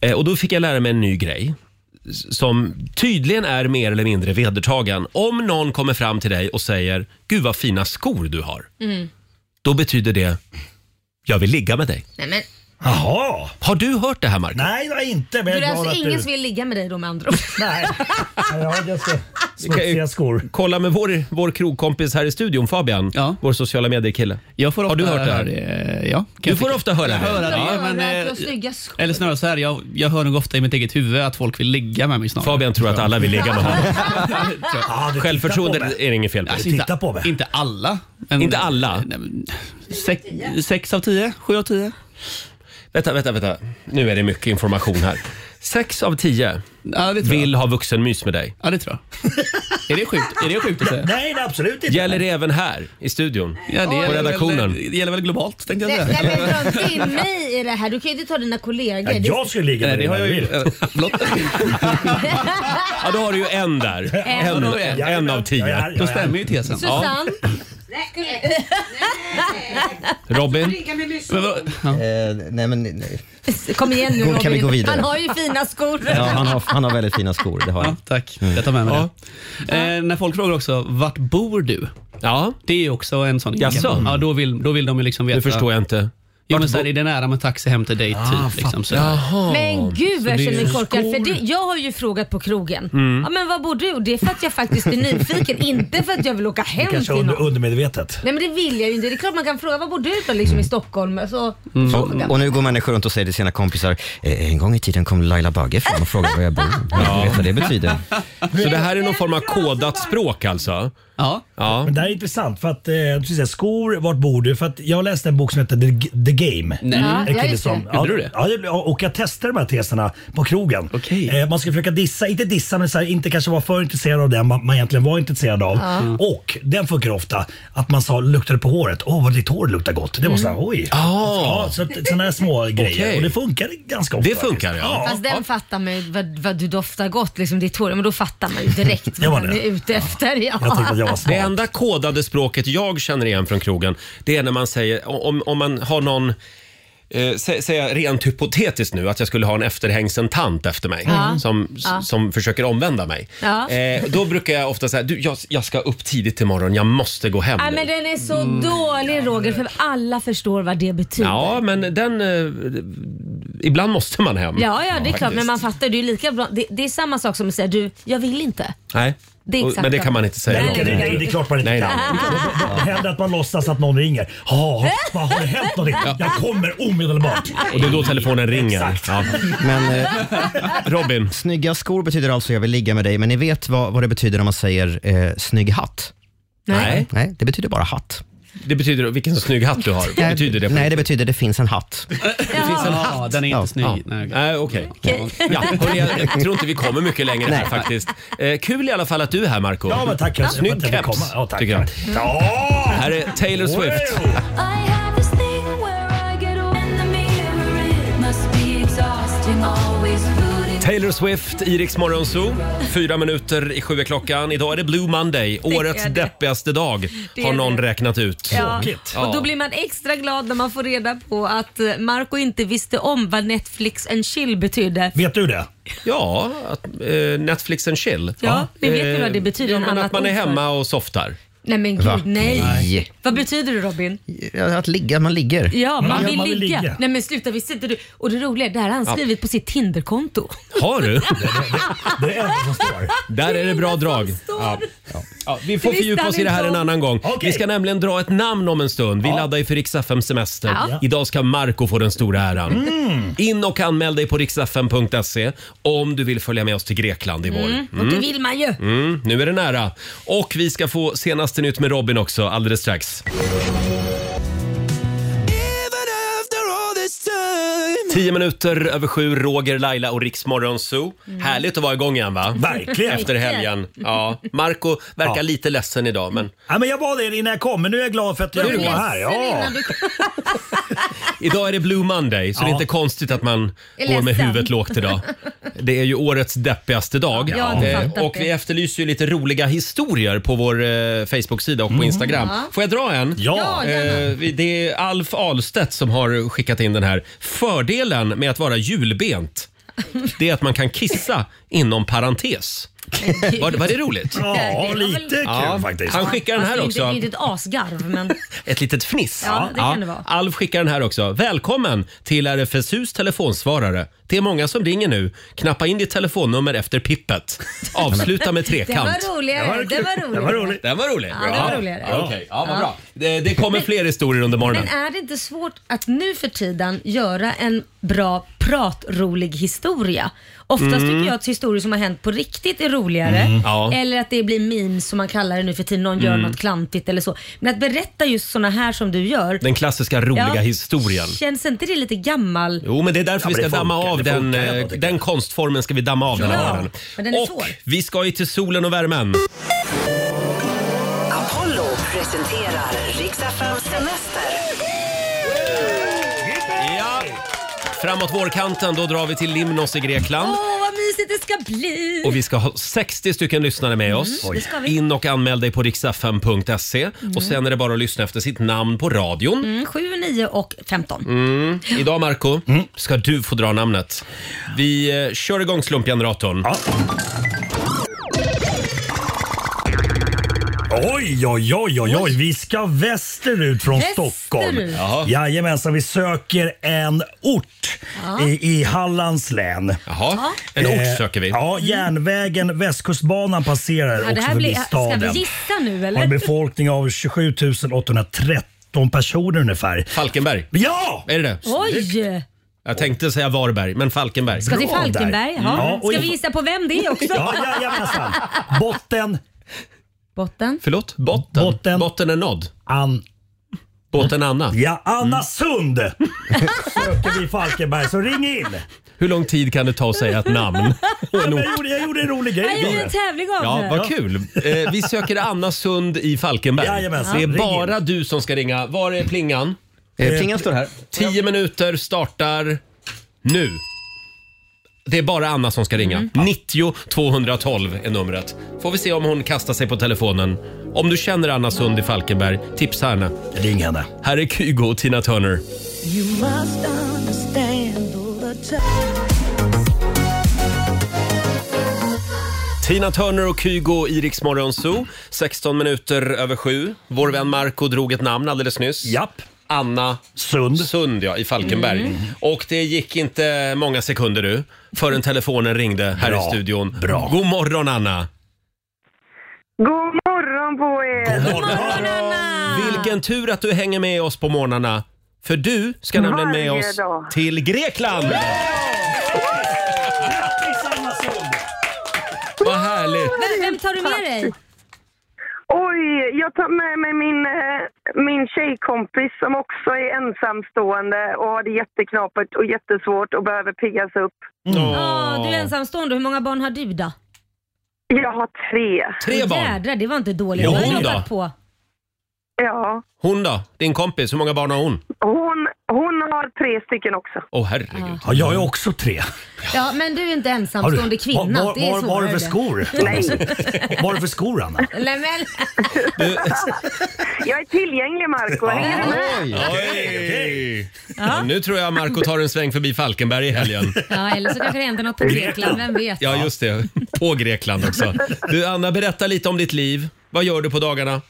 [SPEAKER 1] Eh, Och då fick jag lära mig en ny grej s- som tydligen är mer eller mindre vedertagen. Om någon kommer fram till dig och säger “Gud vad fina skor du har”,
[SPEAKER 2] Mm.
[SPEAKER 1] då betyder det “Jag vill ligga med dig”.
[SPEAKER 2] nej, men
[SPEAKER 10] Jaha.
[SPEAKER 1] Har du hört det här Mark?
[SPEAKER 10] Nej, det var inte. Men
[SPEAKER 2] du,
[SPEAKER 10] jag
[SPEAKER 2] det
[SPEAKER 10] är
[SPEAKER 2] är
[SPEAKER 10] glad
[SPEAKER 2] alltså
[SPEAKER 10] att
[SPEAKER 2] ingen
[SPEAKER 10] du...
[SPEAKER 2] som vill ligga med dig då med andra ord.
[SPEAKER 10] Nej. Nej, Jag har ganska smutsiga skor.
[SPEAKER 1] Kolla med vår, vår krogkompis här i studion, Fabian.
[SPEAKER 9] Ja.
[SPEAKER 1] Vår sociala medier-kille.
[SPEAKER 9] Jag får ofta
[SPEAKER 1] Har du hört det här?
[SPEAKER 9] eh, Ja. kan
[SPEAKER 1] Du
[SPEAKER 9] jag
[SPEAKER 1] får
[SPEAKER 9] tycka.
[SPEAKER 1] ofta höra
[SPEAKER 9] jag
[SPEAKER 1] det.
[SPEAKER 9] Höra det
[SPEAKER 2] Ja, alltså
[SPEAKER 9] men,
[SPEAKER 2] men,
[SPEAKER 9] eh,
[SPEAKER 2] du har snygga skor.
[SPEAKER 9] eller snarare så här, jag, jag hör nog ofta i mitt eget huvud att folk vill ligga med mig snarare.
[SPEAKER 1] Fabian tror att alla vill ligga med honom.
[SPEAKER 10] Ja, du tittar
[SPEAKER 1] Självförtroende
[SPEAKER 10] på mig.
[SPEAKER 1] är det inget fel på.
[SPEAKER 9] Alltså,
[SPEAKER 10] Titta på mig.
[SPEAKER 9] Inte alla. men-
[SPEAKER 1] Inte alla?
[SPEAKER 9] Nej, men, sex, sex av tio? Sju av tio?
[SPEAKER 1] Vänta, vänta, vänta. Nu är det mycket information här. Sex av tio
[SPEAKER 9] Ja, det tror jag.
[SPEAKER 1] vill ha vuxenmys med dig.
[SPEAKER 9] Ja, det tror jag. är, det sjukt? är det sjukt att säga?
[SPEAKER 10] Nej, nej, absolut inte.
[SPEAKER 1] Gäller det även här i studion?
[SPEAKER 9] Ja, det gäller väl-
[SPEAKER 1] redaktionen.
[SPEAKER 9] Det gäller väl globalt, tänkte jag
[SPEAKER 2] Nej,
[SPEAKER 9] säga.
[SPEAKER 2] nej, men dra inte in mig i det här. Du kan ju inte ta dina kollegor.
[SPEAKER 10] Ja, jag skulle ligga
[SPEAKER 9] Nej,
[SPEAKER 10] med
[SPEAKER 9] det
[SPEAKER 10] dig
[SPEAKER 9] har
[SPEAKER 10] när
[SPEAKER 9] jag ju...
[SPEAKER 10] jag vill.
[SPEAKER 9] eh, Förlåt.
[SPEAKER 1] Ja, då har du ju en där. En,
[SPEAKER 9] då är
[SPEAKER 1] en,
[SPEAKER 9] jag.
[SPEAKER 1] av
[SPEAKER 10] Jag
[SPEAKER 1] tio.
[SPEAKER 10] är- jag
[SPEAKER 9] Då
[SPEAKER 10] är-
[SPEAKER 9] stämmer ju tesen.
[SPEAKER 2] Susanne,
[SPEAKER 1] Robin?
[SPEAKER 9] Men vad- ja.
[SPEAKER 4] Eh, nej, men, nej.
[SPEAKER 2] kom igen nu
[SPEAKER 4] Kan vi
[SPEAKER 2] Robin.
[SPEAKER 4] gå vidare?
[SPEAKER 2] Han har ju fina skor.
[SPEAKER 4] Ja, han, har, han har väldigt fina skor. Det har
[SPEAKER 9] Ja,
[SPEAKER 4] han. Mm.
[SPEAKER 9] tack. Jag tar med mig det. Eh, när folk frågar också, vart bor du?
[SPEAKER 1] Ja,
[SPEAKER 9] Det är ju också en sån...
[SPEAKER 1] Jaså?
[SPEAKER 9] Ja, då vill, då vill de ju liksom veta.
[SPEAKER 1] nu förstår jag inte. Ah,
[SPEAKER 9] Jo, men så här, är det nära med taxi hem till dig, typ. Liksom, så.
[SPEAKER 2] Men gud vad jag
[SPEAKER 1] det
[SPEAKER 2] känner mig
[SPEAKER 1] är
[SPEAKER 2] korkad.
[SPEAKER 1] skor. Mm.
[SPEAKER 2] För det, jag har ju frågat på krogen. Ja, men var bor du? Och Det är för att jag faktiskt är nyfiken. inte för att jag vill åka hem
[SPEAKER 10] Kanske
[SPEAKER 2] till
[SPEAKER 10] under,
[SPEAKER 2] någon.
[SPEAKER 10] undermedvetet.
[SPEAKER 2] Nej men det vill jag ju inte. Det är klart man kan fråga var bor du då liksom i Stockholm? Så,
[SPEAKER 4] Och, och nu går människor runt och säger till sina kompisar, "Eh, en gång i tiden kom Laila Bagge fram och frågade var jag bor. Ja. Vet vad det betyder?
[SPEAKER 1] Så det här är någon form av kodat språk alltså?
[SPEAKER 9] Ja.
[SPEAKER 1] Ja.
[SPEAKER 10] Men det här är intressant för att, eh, du ska säga, skor, vart bor du? För att jag läste en bok som heter The, G- The Game.
[SPEAKER 9] Nej.
[SPEAKER 2] Ja,
[SPEAKER 10] En
[SPEAKER 2] ja,
[SPEAKER 10] kille
[SPEAKER 2] just det.
[SPEAKER 10] som- ja,
[SPEAKER 9] Gjorde du det?
[SPEAKER 10] Ja, det- och jag testade de här teserna på krogen.
[SPEAKER 9] Okej.
[SPEAKER 10] Eh, man ska försöka dissa, inte dissa men så här, inte kanske vara för intresserad av det man, man egentligen var intresserad av. Och den funkar ofta, att man sa luktade på håret, åh vad ditt hår luktar gott. Det var så här,
[SPEAKER 2] Mm.
[SPEAKER 10] oj. Ja, så, att- sådana här små grejer.
[SPEAKER 1] Okej.
[SPEAKER 10] Och det funkar ganska ofta.
[SPEAKER 1] Det funkar, ja.
[SPEAKER 2] Fast den fattar man ju vad, vad du doftar gott, liksom ditt hår. Men då fattar man ju direkt
[SPEAKER 10] Det
[SPEAKER 2] vad
[SPEAKER 10] var
[SPEAKER 2] man
[SPEAKER 10] det.
[SPEAKER 2] är ute efter. Ja.
[SPEAKER 10] Jag tänkte att jag var
[SPEAKER 1] Det
[SPEAKER 10] smart.
[SPEAKER 1] enda kodade språket jag känner igen från krogen, det är när man säger, om, om man har någon Eh, sä- säga rent hypotetiskt nu att jag skulle ha en efterhängsen tant efter mig som, s- som försöker omvända mig.
[SPEAKER 2] Ja.
[SPEAKER 1] Eh, då brukar jag ofta säga, du jag, jag ska upp tidigt imorgon, jag måste gå hem
[SPEAKER 2] Nej,
[SPEAKER 1] nu.
[SPEAKER 2] men den är så dålig Roger, för alla förstår vad det betyder.
[SPEAKER 1] Ja, men den... Eh, ibland måste man hem.
[SPEAKER 2] Ja, ja, det är klart.
[SPEAKER 1] faktiskt.
[SPEAKER 2] Men man fattar, det är, ju lika bra. Det, det är samma sak som att säga du, jag vill inte.
[SPEAKER 1] Nej,
[SPEAKER 2] Det är
[SPEAKER 1] Och-
[SPEAKER 2] exakt
[SPEAKER 1] men det
[SPEAKER 2] så.
[SPEAKER 1] kan man inte säga.
[SPEAKER 10] Nej,
[SPEAKER 1] då.
[SPEAKER 10] nej, nej, nej, det är klart man inte
[SPEAKER 1] Nej,
[SPEAKER 10] kan.
[SPEAKER 1] nej.
[SPEAKER 10] Det händer att man låtsas att någon ringer. Ja, vad har det hänt någonting? Jag kommer omedelbart.
[SPEAKER 1] Och det är då telefonen ringer.
[SPEAKER 10] Exakt.
[SPEAKER 1] Ja.
[SPEAKER 4] Men eh,
[SPEAKER 1] Robin,
[SPEAKER 4] snygga skor betyder alltså jag vill ligga med dig, men ni vet vad, vad det betyder när man säger eh, snygg hatt?
[SPEAKER 1] nej.
[SPEAKER 4] Nej, det betyder bara hatt.
[SPEAKER 1] Det betyder, vilken snygg hatt du har. Vad betyder det? på-
[SPEAKER 4] Nej, det betyder det finns en hatt.
[SPEAKER 9] Det finns en ja, den är inte
[SPEAKER 4] Ja.
[SPEAKER 9] snygg.
[SPEAKER 1] Ja.
[SPEAKER 9] Nej, okej.
[SPEAKER 1] Nej, okej. Ja, hörni, jag tror inte vi kommer mycket längre här faktiskt. Eh, kul i alla fall att du är här Marco
[SPEAKER 10] Ja, men tack. Jag
[SPEAKER 1] Snygg
[SPEAKER 10] jag vill
[SPEAKER 1] keps,
[SPEAKER 10] komma. Ja, tack.
[SPEAKER 1] tycker jag. Ah!
[SPEAKER 10] Ja!
[SPEAKER 1] Här är Taylor Swift.
[SPEAKER 10] Wow.
[SPEAKER 3] I have this thing where I get in the mirror. It must be exhausting, always putting
[SPEAKER 1] Taylor Swift, Iriks morgonzoo. Fyra minuter i sju är klockan. Idag är det Blue Monday,
[SPEAKER 2] är
[SPEAKER 1] årets
[SPEAKER 2] det.
[SPEAKER 1] deppigaste dag,
[SPEAKER 2] Det
[SPEAKER 1] har
[SPEAKER 2] är
[SPEAKER 1] någon
[SPEAKER 2] det.
[SPEAKER 1] räknat ut.
[SPEAKER 2] Ja.
[SPEAKER 1] Ja.
[SPEAKER 2] Och då blir man extra glad när man får reda på att eh, Marco inte visste om vad Netflix and chill betydde.
[SPEAKER 10] Vet du det?
[SPEAKER 1] Ja, att, eh, Netflix and chill.
[SPEAKER 2] Ja, ni vet ju
[SPEAKER 1] Eh,
[SPEAKER 2] vad det betyder,
[SPEAKER 1] Ja,
[SPEAKER 2] en
[SPEAKER 1] men
[SPEAKER 2] annat
[SPEAKER 1] att man är
[SPEAKER 2] ord för-
[SPEAKER 1] hemma och softar.
[SPEAKER 2] Nej men
[SPEAKER 4] Va?
[SPEAKER 2] gud, nej.
[SPEAKER 4] Nej.
[SPEAKER 2] Vad betyder det Robin?
[SPEAKER 4] Ja, Att ligga, man ligger.
[SPEAKER 2] Ja, man,
[SPEAKER 4] Ja,
[SPEAKER 2] vill, ligga. Nej men sluta, visste inte du? Och det roliga, är, det här har han
[SPEAKER 4] Ja.
[SPEAKER 2] skrivit på sitt Tinderkonto.
[SPEAKER 1] Har du?
[SPEAKER 10] Det är det som står.
[SPEAKER 1] Där är det bra drag. Ja. Ja, vi får
[SPEAKER 2] Visst,
[SPEAKER 1] fördjupa oss i det här en
[SPEAKER 2] Anton.
[SPEAKER 1] annan gång. Vi ska nämligen dra ett namn om en stund. Vi laddar ju för Rix FM semester.
[SPEAKER 2] Ja.
[SPEAKER 1] Idag ska Marco få den stora äran. In och anmäl dig på riksfm.se om du vill följa med oss till Grekland i vår.
[SPEAKER 2] Mm. Och det vill man ju.
[SPEAKER 1] Mm, nu är det nära. Och vi ska få senaste nytt med Robin också alldeles strax. 10 minuter över sju, Roger, Laila och Riksmorgon Zoo.
[SPEAKER 2] Mm.
[SPEAKER 1] Härligt att vara igång igen va?
[SPEAKER 10] Verkligen.
[SPEAKER 1] Efter helgen. Ja. Marco verkar
[SPEAKER 10] Ja.
[SPEAKER 1] lite ledsen idag men
[SPEAKER 10] Ja, men jag var det innan jag kom, men nu är jag glad för att jag
[SPEAKER 1] Du är
[SPEAKER 10] får vara
[SPEAKER 1] ledsen
[SPEAKER 10] här. Ja.
[SPEAKER 1] idag är det Blue Monday så det är inte konstigt att man
[SPEAKER 2] Är
[SPEAKER 1] går med
[SPEAKER 2] ledsen.
[SPEAKER 1] huvudet lågt idag. Det är ju årets deppigaste dag.
[SPEAKER 2] Ja, jag har inte
[SPEAKER 1] Eh,
[SPEAKER 2] fattat
[SPEAKER 1] och
[SPEAKER 2] det.
[SPEAKER 1] vi efterlyser ju lite roliga historier på vår eh, Facebook-sida och på Instagram.
[SPEAKER 2] Mm. Ja.
[SPEAKER 1] Får jag dra en?
[SPEAKER 2] Ja, gärna.
[SPEAKER 1] Eh, vi- det är Alf Ahlstedt som har skickat in den här. Fördelen med att vara julbent det är att man kan kissa inom parentes. Var, var det roligt?
[SPEAKER 2] Ja, lite
[SPEAKER 1] Ja, Han skickar den här
[SPEAKER 2] Alltså,
[SPEAKER 1] också.
[SPEAKER 2] Inte, inte ett asgarv men...
[SPEAKER 1] Ett litet fniss.
[SPEAKER 2] Ja, det kan det vara.
[SPEAKER 1] Alf skickar den här också. Välkommen till RFSUs telefonsvarare. Det är många som ringer nu. Knappa in ditt telefonnummer efter pippet. Avsluta med trekant.
[SPEAKER 2] Det var roligare, Det var det var kul. roligare. Det var roligt.
[SPEAKER 1] Den var rolig.
[SPEAKER 2] Ja, det var roligare.
[SPEAKER 1] Ja, okej. ja, vad
[SPEAKER 2] Ja.
[SPEAKER 1] bra. Det, det kommer fler historier under morgonen.
[SPEAKER 2] Men äh, är det inte svårt att nu för tiden göra en bra pratrolig historia? Oftast
[SPEAKER 1] Mm.
[SPEAKER 2] tycker jag att historier som har hänt på riktigt är roligare.
[SPEAKER 1] Mm. Ja.
[SPEAKER 2] Eller att det blir memes som man kallar det nu för tiden. Någon gör
[SPEAKER 1] Mm.
[SPEAKER 2] något klantigt eller så. Men att berätta just sådana här som du gör.
[SPEAKER 1] Den klassiska roliga
[SPEAKER 2] Ja.
[SPEAKER 1] historien.
[SPEAKER 2] Känns inte det lite gammal?
[SPEAKER 1] Jo, men det är därför
[SPEAKER 2] Ja,
[SPEAKER 1] vi
[SPEAKER 2] men
[SPEAKER 1] ska
[SPEAKER 2] det funkar,
[SPEAKER 1] damma av
[SPEAKER 2] det
[SPEAKER 1] den,
[SPEAKER 2] funkar
[SPEAKER 1] eh, den konstformen. ska vi damma av den här morgonen.
[SPEAKER 2] Men den är
[SPEAKER 1] Och-
[SPEAKER 2] svår.
[SPEAKER 1] Vi ska ju till solen och värmen.
[SPEAKER 11] Apollo presenterar Riks-FMs semester.
[SPEAKER 1] Ja. Framåt vårkanten, då drar vi till Limnos i Grekland.
[SPEAKER 2] Åh, vad mysigt det ska bli!
[SPEAKER 1] Och vi ska ha 60 stycken lyssnare med oss.
[SPEAKER 2] Mm, det ska vi.
[SPEAKER 1] In och anmäl dig på riksfm.se. Och sen är det bara att lyssna efter sitt namn på radion.
[SPEAKER 2] Mm, 7, 9 och 15.
[SPEAKER 1] Mm. Idag Marco ska du få dra namnet. Vi eh, kör igång slumpgeneratorn.
[SPEAKER 10] Oj, oj, oj, oj, oj. Vi ska västerut från
[SPEAKER 12] Västerut?
[SPEAKER 10] Stockholm.
[SPEAKER 12] Jaha.
[SPEAKER 10] Jajamensan, vi söker en ort
[SPEAKER 12] Ja.
[SPEAKER 10] i, i Hallands län. Eh,
[SPEAKER 1] Jaha. En ort söker vi.
[SPEAKER 10] Ja, järnvägen Västkustbanan passerar
[SPEAKER 2] Ja, det
[SPEAKER 10] också
[SPEAKER 2] här blir,
[SPEAKER 10] förbi
[SPEAKER 2] ska
[SPEAKER 10] staden.
[SPEAKER 2] vi gissa nu
[SPEAKER 10] Har en
[SPEAKER 2] eller?
[SPEAKER 10] befolkning av 27 813 personer ungefär.
[SPEAKER 1] Falkenberg.
[SPEAKER 10] Ja!
[SPEAKER 1] Är det det?
[SPEAKER 2] Oj!
[SPEAKER 1] Jag tänkte säga Varberg, men Falkenberg.
[SPEAKER 2] Ska till Falkenberg. Ja.
[SPEAKER 1] och
[SPEAKER 2] Ska vi
[SPEAKER 1] i-
[SPEAKER 2] gissa på vem det är också?
[SPEAKER 1] Ja,
[SPEAKER 10] jajamensan. Botten.
[SPEAKER 2] Botten.
[SPEAKER 1] Förlåt? Botten? Botten, är nådd.
[SPEAKER 10] An...
[SPEAKER 1] Botten Anna.
[SPEAKER 10] Ja, Anna Sund söker vi Falkenberg, så ring in!
[SPEAKER 1] Hur lång tid kan det ta att säga ett namn? Och en
[SPEAKER 10] Jag
[SPEAKER 1] ort?
[SPEAKER 10] gjorde, jag gjorde en rolig
[SPEAKER 2] Jag
[SPEAKER 10] grej.
[SPEAKER 2] gjorde en tävling av
[SPEAKER 1] Ja,
[SPEAKER 2] det.
[SPEAKER 1] vad kul. Eh, vi söker Anna Sund i Falkenberg.
[SPEAKER 10] Jajamensan,
[SPEAKER 1] Det är
[SPEAKER 10] ring in.
[SPEAKER 1] bara du som ska ringa. Var är plingan?
[SPEAKER 4] Eh, plingan står här.
[SPEAKER 1] Tio minuter startar nu. Det är bara Anna som ska
[SPEAKER 2] Mm.
[SPEAKER 1] ringa. 90 212 är numret. Får vi se om hon kastar sig på telefonen. Om du känner Anna Sund i Falkenberg, tipsa henne.
[SPEAKER 10] Ring henne.
[SPEAKER 1] Här är Kygo och Tina Turner.
[SPEAKER 8] You must understand the time.
[SPEAKER 1] Tina Turner och Kygo i Rix Morgon Zoo. 16 minuter över sju. Vår vän Marco drog ett namn alldeles nyss.
[SPEAKER 10] Japp.
[SPEAKER 1] Anna
[SPEAKER 10] Sund, Mm.
[SPEAKER 1] Sund ja, i Falkenberg. Och det gick inte många sekunder du, förrän telefonen ringde här
[SPEAKER 10] Bra,
[SPEAKER 1] i studion. Bra. God morgon Anna!
[SPEAKER 6] God morgon på er! God morgon
[SPEAKER 2] Anna!
[SPEAKER 1] Vilken tur att du hänger med oss på morgnarna. För du ska nämligen med
[SPEAKER 6] Varje
[SPEAKER 1] oss
[SPEAKER 6] dag.
[SPEAKER 1] till Grekland! Vad härligt!
[SPEAKER 2] Vem, vem tar du med dig?
[SPEAKER 6] Oj, jag tar med mig min, eh, min tjejkompis som också är ensamstående och har det jätteknapert och jättesvårt och behöver piggas upp.
[SPEAKER 2] Ja, du är ensamstående. Hur många barn har du då?
[SPEAKER 6] Jag har tre.
[SPEAKER 1] Tre barn?
[SPEAKER 2] Jädrar, det var inte dåligt.
[SPEAKER 1] Jo,
[SPEAKER 2] Vad har
[SPEAKER 1] hon
[SPEAKER 2] du
[SPEAKER 1] då?
[SPEAKER 2] varit på?
[SPEAKER 6] Ja.
[SPEAKER 1] Hon då, din kompis, hur många barn har hon?
[SPEAKER 6] Hon, hon
[SPEAKER 12] har tre stycken också.
[SPEAKER 1] Åh herregud.
[SPEAKER 10] Ja, jag är också tre.
[SPEAKER 2] Ja, men du är inte ensamstående kvinna.
[SPEAKER 10] Vad
[SPEAKER 2] det är
[SPEAKER 10] har du för skor?
[SPEAKER 2] svårare.
[SPEAKER 10] Vad har du för skor, Anna?
[SPEAKER 2] Nej, men...
[SPEAKER 12] Jag är tillgänglig Marco, hänger du med?
[SPEAKER 1] Oj. Ja, nu tror jag Marco tar en sväng förbi Falkenberg i helgen.
[SPEAKER 2] Ja, eller så kanske det händer något på Grekland, vem vet?
[SPEAKER 1] Ja, just det. På Grekland också. Du, Anna, berätta lite om ditt liv. Vad gör du på dagarna?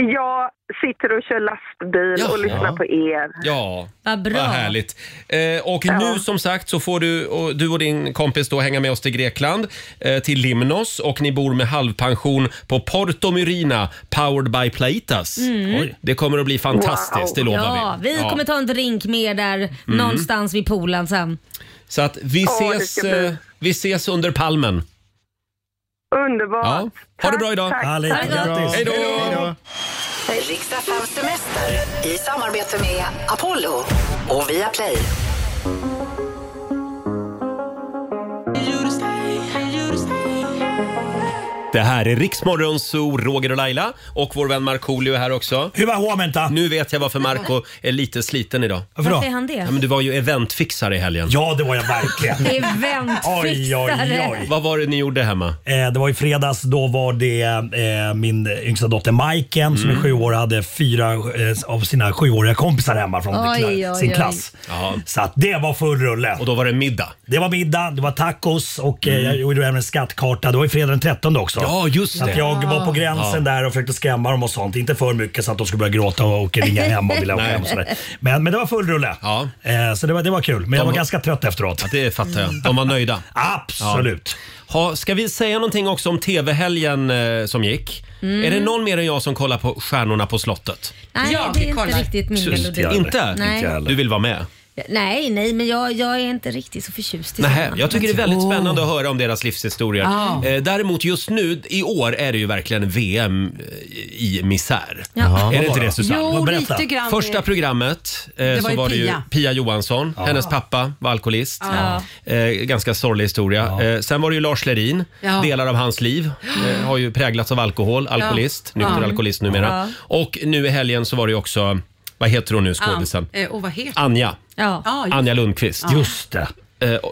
[SPEAKER 12] Jag sitter och kör lastbil och lyssnar på er.
[SPEAKER 1] Ja,
[SPEAKER 2] vad bra.
[SPEAKER 1] härligt. Eh, och nu som sagt så får du och, du och din kompis då hänga med oss till Grekland, eh, till Limnos och ni bor med halvpension på Porto Myrina, powered by Plaitas.
[SPEAKER 2] Mm. Oj.
[SPEAKER 1] Det kommer att bli fantastiskt, det lovar
[SPEAKER 2] ja,
[SPEAKER 1] vi.
[SPEAKER 2] vi
[SPEAKER 1] Ja. Mm.
[SPEAKER 2] kommer ta en drink med er där någonstans vid poolen sen.
[SPEAKER 1] Så att vi
[SPEAKER 2] Åh, det
[SPEAKER 1] ses,
[SPEAKER 2] ska bli-
[SPEAKER 1] eh, vi ses under palmen.
[SPEAKER 12] Underbart.
[SPEAKER 1] Ja. Ha det bra idag.
[SPEAKER 12] tack. Ha det gott.
[SPEAKER 1] Hej då.
[SPEAKER 12] Hej då.
[SPEAKER 11] Riksdagen semester i samarbete med Apollo och Viaplay.
[SPEAKER 1] Det här är Riksmorgon Zoo, Roger och Laila och vår vän Markoolio är här också. Nu vet jag varför Marco är lite sliten idag.
[SPEAKER 2] Varför då? Varför är han det?
[SPEAKER 1] Ja, men du var ju eventfixare i helgen.
[SPEAKER 10] Ja, det var jag verkligen. Oj, oj,
[SPEAKER 2] Eventfixare.
[SPEAKER 10] oj.
[SPEAKER 1] Vad var det ni gjorde hemma?
[SPEAKER 10] Eh, det var i fredags, då var det eh, min yngsta dotter Majken som är
[SPEAKER 1] Mm.
[SPEAKER 10] sju år hade fyra eh, av sina sjuåriga kompisar hemma från
[SPEAKER 2] Oj,
[SPEAKER 10] kla-
[SPEAKER 2] oj,
[SPEAKER 10] sin
[SPEAKER 2] oj.
[SPEAKER 10] klass. Så att det var full rulle. Och
[SPEAKER 1] då var det middag? Mm.
[SPEAKER 10] Det var middag, det var tacos och eh, jag gjorde även en skattkarta. Det var ju fredag den 13 också.
[SPEAKER 1] Ja, just
[SPEAKER 10] Så att
[SPEAKER 1] det.
[SPEAKER 10] jag
[SPEAKER 2] Ah.
[SPEAKER 10] var på
[SPEAKER 1] Ja.
[SPEAKER 10] gränsen där och försökte skrämma dem och sånt. Inte för mycket så att de skulle börja gråta och, och ringa hem och vilja åka
[SPEAKER 1] Nej.
[SPEAKER 10] hem. och sådär. Men, men det var full rulle. Eh, så det var, det var kul. Men jag var ganska trött efteråt.
[SPEAKER 1] Ja, det fattar jag. De var nöjda.
[SPEAKER 10] Absolut.
[SPEAKER 1] Ja. Ha, ska vi säga någonting också om tv-helgen eh, som gick?
[SPEAKER 2] Mm.
[SPEAKER 1] Är det någon mer än jag som kollar på Stjärnorna på slottet?
[SPEAKER 2] Nej,
[SPEAKER 7] Ja,
[SPEAKER 2] det är inte
[SPEAKER 7] kollar.
[SPEAKER 2] riktigt min melodi.
[SPEAKER 1] Inte?
[SPEAKER 2] Nej.
[SPEAKER 1] Du vill vara med?
[SPEAKER 2] nej, nej, men jag, jag är inte riktigt så förtjust i
[SPEAKER 1] Nej,
[SPEAKER 2] sådana.
[SPEAKER 1] jag tycker det är väldigt spännande att höra om deras livshistorier.
[SPEAKER 2] Ja.
[SPEAKER 1] Eh, däremot just nu, i år, är det ju verkligen VM i misär.
[SPEAKER 2] Ja. Jaha.
[SPEAKER 1] Är det inte det
[SPEAKER 7] Jo,
[SPEAKER 1] Susanne?
[SPEAKER 7] Vad berätta. lite grann.
[SPEAKER 1] Första programmet eh,
[SPEAKER 7] Det
[SPEAKER 1] så
[SPEAKER 7] var ju
[SPEAKER 1] var det ju
[SPEAKER 7] Pia.
[SPEAKER 1] Pia Johansson. Hennes pappa var alkoholist.
[SPEAKER 7] Ja.
[SPEAKER 1] Eh, ganska sorglig historia. Eh, sen var det ju Lars Lerin.
[SPEAKER 7] Ja.
[SPEAKER 1] Delar av hans liv eh, har ju präglats av alkohol. Alkoholist,
[SPEAKER 7] Ja.
[SPEAKER 1] nykter
[SPEAKER 7] Ja.
[SPEAKER 1] alkoholist numera. Och nu i helgen så var det ju också, vad heter hon nu skådisen?
[SPEAKER 7] Ja, eh, Och vad heter
[SPEAKER 1] Anja.
[SPEAKER 2] Ja.
[SPEAKER 1] Anja Lundqvist. Eh,
[SPEAKER 7] Ja.
[SPEAKER 10] Just det.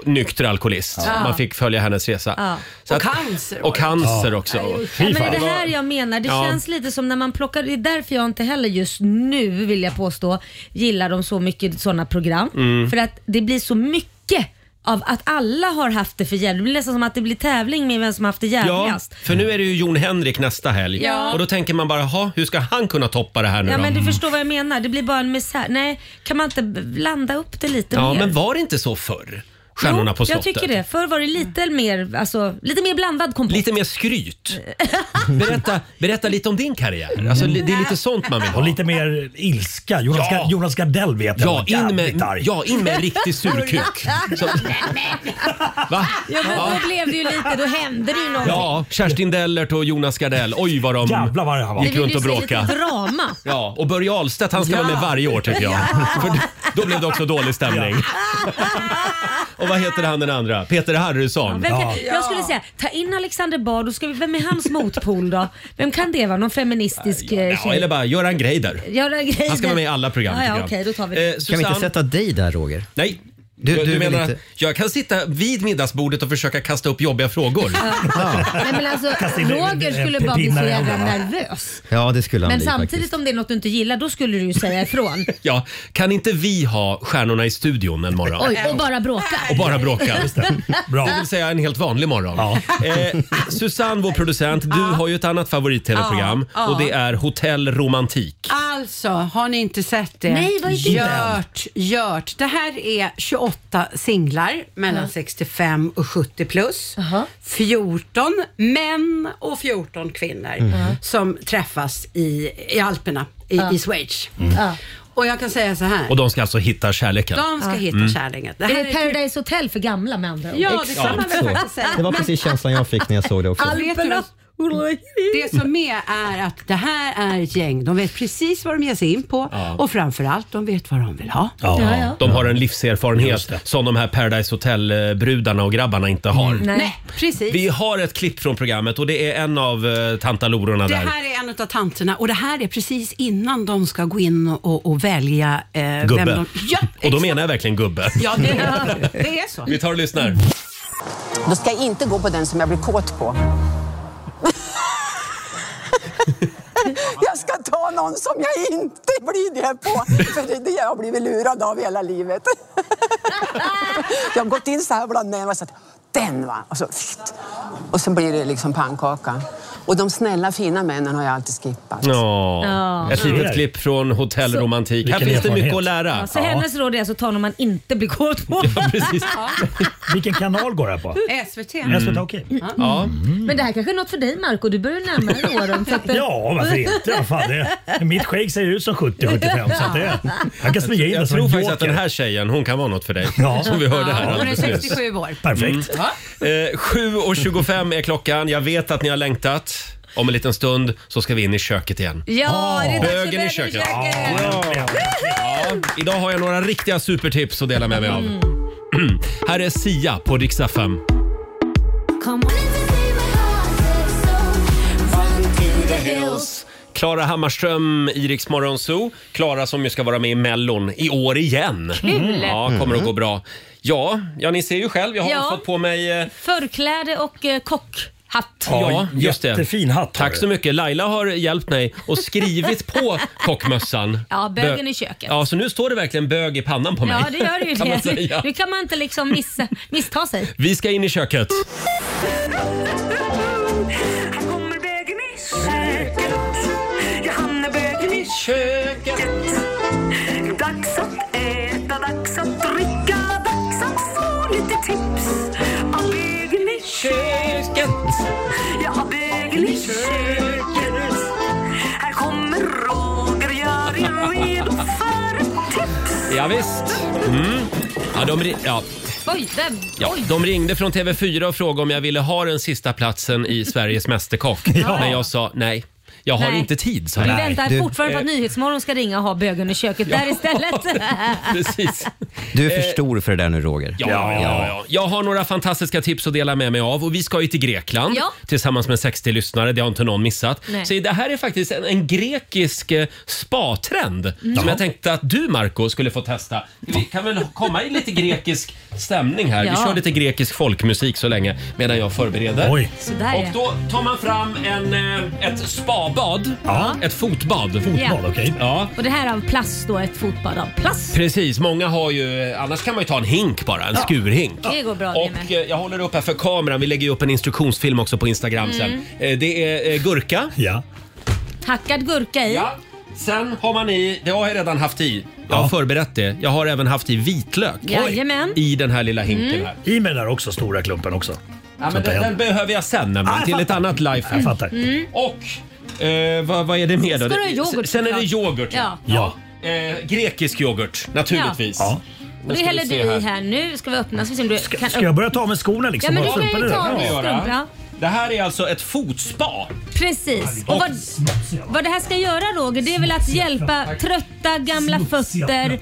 [SPEAKER 1] nykter alkoholist.
[SPEAKER 2] Ja.
[SPEAKER 1] Man fick följa hennes resa.
[SPEAKER 2] Ja.
[SPEAKER 1] Så
[SPEAKER 7] Och cancer var
[SPEAKER 1] Och
[SPEAKER 7] det.
[SPEAKER 1] cancer
[SPEAKER 7] Ja.
[SPEAKER 1] också.
[SPEAKER 2] Ja, men det är det här jag menar. Det
[SPEAKER 1] Ja.
[SPEAKER 2] känns lite som när man plockar, det är därför jag inte heller just nu vill jag påstå gillar de så mycket sådana program.
[SPEAKER 7] Mm.
[SPEAKER 2] För att det blir så mycket av att alla har haft det för jävligt. Det blir nästan som att det blir tävling med vem som har haft det
[SPEAKER 1] Ja,
[SPEAKER 2] jävligast.
[SPEAKER 1] för nu är det ju Jon Henrik nästa helg.
[SPEAKER 2] Ja.
[SPEAKER 1] Och då tänker man bara, "Ha, hur ska han kunna toppa det här nu
[SPEAKER 2] Ja,
[SPEAKER 1] då? Mm.
[SPEAKER 2] men du förstår vad jag menar. Det blir bara en misär. Nej, kan man inte b- blanda upp det lite
[SPEAKER 1] ja,
[SPEAKER 2] mer?
[SPEAKER 1] men var det inte så förr? Stjärnorna på
[SPEAKER 2] Jag
[SPEAKER 1] slottet.
[SPEAKER 2] tycker det. Förr var det lite mer, alltså, lite mer blandad kompott.
[SPEAKER 1] Lite mer skryt. Berätta, berätta lite om din karriär. Alltså, li- det är lite sånt man vill ha.
[SPEAKER 10] Och lite mer ilska. Jonas,
[SPEAKER 1] Ja.
[SPEAKER 10] Ga- Jonas Gardell vet jag
[SPEAKER 1] Ja,
[SPEAKER 10] var
[SPEAKER 1] in med-
[SPEAKER 10] jävligt arg.
[SPEAKER 1] ja, in med en riktig surkuk. Så- Va?
[SPEAKER 2] Ja, men
[SPEAKER 1] Ja.
[SPEAKER 2] då blev det ju lite, då hände det ju någonting.
[SPEAKER 1] Ja, Kerstin Dellert och Jonas Gardell. Oj vad de
[SPEAKER 10] Jävlar vad han var.
[SPEAKER 1] gick
[SPEAKER 2] Vi vill
[SPEAKER 1] runt
[SPEAKER 2] ju
[SPEAKER 1] och
[SPEAKER 2] se
[SPEAKER 1] bråkade.
[SPEAKER 2] lite drama.
[SPEAKER 1] Ja, och Börje Ahlstedt han ska
[SPEAKER 2] Ja.
[SPEAKER 1] vara med varje år tycker jag. För då- då blev det också dålig stämning. och vad heter han den andra? Peter Harrysson.
[SPEAKER 2] Vem kan, Jag skulle säga, ta in Alexander Bard och ska vi, vem är hans motpol då? Vem kan det vara? Någon feministisk eh,
[SPEAKER 1] Ja,
[SPEAKER 2] tjej?
[SPEAKER 1] eller bara Göran Greider.
[SPEAKER 2] Göra grejer.
[SPEAKER 1] Han ska vara med i alla program
[SPEAKER 2] Ja, ja,
[SPEAKER 1] tycker jag.
[SPEAKER 2] okej, då tar vi
[SPEAKER 1] Eh,
[SPEAKER 2] det.
[SPEAKER 1] Susanne-
[SPEAKER 4] Kan vi inte sätta dig där Roger?
[SPEAKER 1] Nej.
[SPEAKER 4] Du-
[SPEAKER 1] jag,
[SPEAKER 4] du vill
[SPEAKER 1] menar,
[SPEAKER 4] inte-
[SPEAKER 1] jag kan sitta vid middagsbordet och försöka kasta upp jobbiga frågor.
[SPEAKER 2] Nej, men alltså,
[SPEAKER 1] Kasta in en-
[SPEAKER 2] Roger
[SPEAKER 1] en
[SPEAKER 2] skulle bara bli så
[SPEAKER 1] pinnar i
[SPEAKER 2] jävla
[SPEAKER 1] händerna.
[SPEAKER 2] nervös.
[SPEAKER 4] Ja, det skulle han
[SPEAKER 2] Men
[SPEAKER 4] bli
[SPEAKER 2] samtidigt
[SPEAKER 4] faktiskt.
[SPEAKER 2] om det är något du inte gillar, då skulle du ju säga ifrån.
[SPEAKER 1] Ja, kan inte vi ha stjärnorna i studion en morgon?
[SPEAKER 2] Oj, och bara bråka.
[SPEAKER 1] och bara bråka.
[SPEAKER 2] Just det.
[SPEAKER 1] Det vill säga en helt vanlig morgon. Eh, Susanne, vår producent, du har ju ett annat favorit-tv-program
[SPEAKER 7] Ja, ja.
[SPEAKER 1] och det är Hotell Romantik.
[SPEAKER 7] Alltså, har ni inte sett det?
[SPEAKER 2] Nej, vad är det?
[SPEAKER 7] Gjort, gjort. Det här är 28 singlar mellan 65 och 70 plus. 14 män och 14 kvinnor
[SPEAKER 1] Mm.
[SPEAKER 2] Mhm.
[SPEAKER 7] som träffas i, i Alperna, i,
[SPEAKER 2] Ja.
[SPEAKER 7] i Schweiz. Och jag kan säga så här.
[SPEAKER 1] Och de ska alltså hitta kärleken.
[SPEAKER 7] De ska hitta
[SPEAKER 1] Mm.
[SPEAKER 7] kärleken. Det
[SPEAKER 2] är
[SPEAKER 7] här
[SPEAKER 2] det Paradise Hotel för gamla med andra ord?
[SPEAKER 7] Ja, det kan man väl
[SPEAKER 4] Så.
[SPEAKER 7] faktiskt säga.
[SPEAKER 4] Det var precis känslan jag fick när jag såg det också.
[SPEAKER 7] Vet du vad- Det som är, är att det här är ett gäng. De vet precis vad de ger sig in på
[SPEAKER 1] Ja.
[SPEAKER 7] och framförallt, de vet vad de vill ha.
[SPEAKER 1] Ja, De har en livserfarenhet som de här Paradise Hotel-brudarna och grabbarna inte har.
[SPEAKER 7] Mm. Nej. precis.
[SPEAKER 1] Vi har ett klipp från programmet och det är en av eh, tantalororna
[SPEAKER 7] Det
[SPEAKER 1] där.
[SPEAKER 7] här är en av tanterna och det här är precis innan de ska gå in och, och välja eh, vem
[SPEAKER 1] Gubbe.
[SPEAKER 7] de... Ja,
[SPEAKER 1] och då menar jag verkligen gubbe.
[SPEAKER 7] ja det, det är så.
[SPEAKER 1] Vi tar och lyssnar.
[SPEAKER 11] Då ska jag inte gå på den som jag blir kåt på. jag ska ta någon som jag inte blir det på. För det är det jag har blivit lurad av hela livet. jag har gått in så här bland män och sagt den va. Och så, pst. och så blir det liksom pannkaka. Och de snälla fina männen har jag alltid skippat.
[SPEAKER 1] Ja,
[SPEAKER 2] Ja.
[SPEAKER 1] ett
[SPEAKER 2] Ja.
[SPEAKER 1] litet klipp från Hotell
[SPEAKER 2] Så-
[SPEAKER 1] Romantik. Här
[SPEAKER 2] Vilken
[SPEAKER 1] finns det
[SPEAKER 2] erfarenhet.
[SPEAKER 1] mycket att lära.
[SPEAKER 2] Ja, så hennes råd är alltså ta någon man inte blir kåt på.
[SPEAKER 1] Ja, precis.
[SPEAKER 10] Vilken kanal går det här på?
[SPEAKER 7] SVT.
[SPEAKER 10] Mm. SVT, okej.
[SPEAKER 2] Ja.
[SPEAKER 10] Ja.
[SPEAKER 2] Men det här kanske är något för dig Marco du börjar närma dig åren. Mm. så att-
[SPEAKER 10] Ja, varför inte? Vad Fan, det, mitt skägg ser ut som 70-75 så att det, han kan smyga in det
[SPEAKER 1] Jag
[SPEAKER 10] som
[SPEAKER 1] tror
[SPEAKER 10] en
[SPEAKER 1] faktiskt att
[SPEAKER 10] joker.
[SPEAKER 1] den här tjejen, hon kan vara något för dig.
[SPEAKER 10] Ja.
[SPEAKER 1] Som vi hörde här
[SPEAKER 10] Ja, hon är
[SPEAKER 1] alldeles nyss.
[SPEAKER 10] 67 år. Perfekt.
[SPEAKER 1] Mm. Eh, 7.25 är klockan. Jag vet att ni har längtat. Om en liten stund så ska vi in i köket igen.
[SPEAKER 2] Ja, det är dags för
[SPEAKER 1] Ah, Bögen i
[SPEAKER 2] Bögen i
[SPEAKER 1] köket. Ah,
[SPEAKER 2] köket.
[SPEAKER 1] Ja. Ja. Idag har jag några riktiga supertips att dela med mig av.
[SPEAKER 10] Mm.
[SPEAKER 1] här är Sia på riksdag 5. Klara Hammarström i Rix Morgon Zoo. Klara som ju ska vara med i Mellon i år igen. Mm.
[SPEAKER 2] Kul.
[SPEAKER 1] Ja, kommer att gå bra. Ja, ja, ni ser ju själv. Jag har
[SPEAKER 2] Ja.
[SPEAKER 1] fått på mig eh,
[SPEAKER 2] Förkläde och eh, kockhatt.
[SPEAKER 1] Ja, just det.
[SPEAKER 10] jättefin hatt har
[SPEAKER 1] Tack
[SPEAKER 10] du.
[SPEAKER 1] så mycket. Laila har hjälpt mig och skrivit på kockmössan.
[SPEAKER 2] Ja, bögen
[SPEAKER 1] Bö-
[SPEAKER 2] i köket.
[SPEAKER 1] Ja, så nu står det verkligen bög i pannan på mig.
[SPEAKER 2] Ja, det gör ju
[SPEAKER 1] Kan man
[SPEAKER 2] det.
[SPEAKER 1] säga.
[SPEAKER 2] Nu kan man inte liksom missa, missta sig.
[SPEAKER 1] Vi ska in i köket.
[SPEAKER 8] Jag hamnar bögen i köket. Dags att äta, dags att dricka, dags att få lite tips. Av bögen i köket. Jag har bögen i köket. Här kommer Roger, gör er redo för ett tips.
[SPEAKER 1] Ja, visst. Mm. Ja, de, ri- ja,
[SPEAKER 2] Oj, där.
[SPEAKER 1] ja. de ringde från TV4 och frågade om jag ville ha den sista platsen i Sveriges Mästerkock.
[SPEAKER 2] Ja.
[SPEAKER 1] Men jag sa nej. Jag har
[SPEAKER 2] Nej.
[SPEAKER 1] inte tid, sa
[SPEAKER 2] Vi
[SPEAKER 1] jag.
[SPEAKER 2] väntar
[SPEAKER 1] Du,
[SPEAKER 2] fortfarande på
[SPEAKER 1] eh,
[SPEAKER 2] att Nyhetsmorgon ska ringa och ha bögen i köket där istället.
[SPEAKER 1] Precis.
[SPEAKER 4] Du är för
[SPEAKER 1] Eh,
[SPEAKER 4] stor för det där nu Roger.
[SPEAKER 1] Ja, ja, ja, ja. Jag har några fantastiska tips att dela med mig av och vi ska ju till Grekland
[SPEAKER 4] Ja.
[SPEAKER 1] tillsammans med 60 lyssnare. Det har inte någon missat.
[SPEAKER 4] Nej.
[SPEAKER 1] Så det här är faktiskt en, en grekisk eh, spatrend
[SPEAKER 9] Mm.
[SPEAKER 1] som
[SPEAKER 9] Jaha.
[SPEAKER 1] jag tänkte att du Marco skulle få testa. Vi kan väl komma i lite grekisk stämning här. Vi
[SPEAKER 9] Ja.
[SPEAKER 1] kör lite grekisk folkmusik så länge medan jag förbereder.
[SPEAKER 9] Oj.
[SPEAKER 2] Sådär,
[SPEAKER 1] och
[SPEAKER 2] ja.
[SPEAKER 1] då tar man fram en, eh, ett spabad. Ett fotbad. Fotbad,
[SPEAKER 2] Ja.
[SPEAKER 1] okej. Ja.
[SPEAKER 2] Och det här är av plast då, ett fotbad av plast.
[SPEAKER 1] Precis, många har ju, annars kan man ju ta en hink bara, en
[SPEAKER 2] Ja.
[SPEAKER 1] skurhink.
[SPEAKER 2] Det går bra det
[SPEAKER 1] Och
[SPEAKER 2] med.
[SPEAKER 1] eh, jag håller upp här för kameran, vi lägger ju upp en instruktionsfilm också på Instagram
[SPEAKER 2] Mm.
[SPEAKER 1] sen. Eh, Det är eh, gurka. Ja.
[SPEAKER 2] Hackad gurka i.
[SPEAKER 1] Ja. eh, Sen har man i, det har jag redan haft i, jag har förberett det. Jag har även haft i vitlök.
[SPEAKER 2] Jajamän.
[SPEAKER 1] I den här lilla hinken
[SPEAKER 2] Mm.
[SPEAKER 1] här.
[SPEAKER 10] I med den där också, stora klumpen också.
[SPEAKER 1] Ja,
[SPEAKER 10] Så
[SPEAKER 1] men
[SPEAKER 10] att det-
[SPEAKER 1] den, den behöver jag sen nämligen,
[SPEAKER 10] Ah,
[SPEAKER 1] till ett annat life.
[SPEAKER 10] Jag fattar.
[SPEAKER 2] Mm.
[SPEAKER 1] Och eh, vad, vad är det mer då?
[SPEAKER 2] Ska du ha yoghurt
[SPEAKER 1] sen är det
[SPEAKER 2] såklart?
[SPEAKER 1] yoghurt.
[SPEAKER 2] Ja.
[SPEAKER 1] Eh, grekisk yoghurt, naturligtvis.
[SPEAKER 10] Ja.
[SPEAKER 1] Nu
[SPEAKER 2] Och det
[SPEAKER 1] ska vi
[SPEAKER 2] häller du
[SPEAKER 1] se
[SPEAKER 2] i här nu. Ska vi öppna så vi ser om du kan
[SPEAKER 10] Ska jag börja ta av mig skorna
[SPEAKER 2] Ja,
[SPEAKER 10] liksom?
[SPEAKER 2] men
[SPEAKER 10] och
[SPEAKER 2] du kan
[SPEAKER 10] sopa
[SPEAKER 2] ju
[SPEAKER 10] det
[SPEAKER 2] ta
[SPEAKER 10] där?
[SPEAKER 2] av dig
[SPEAKER 1] Ja.
[SPEAKER 2] strumpan.
[SPEAKER 1] Det här är alltså ett fotspa.
[SPEAKER 2] Precis. Och vad, vad det här ska göra Roger, det är väl att hjälpa trötta gamla fötter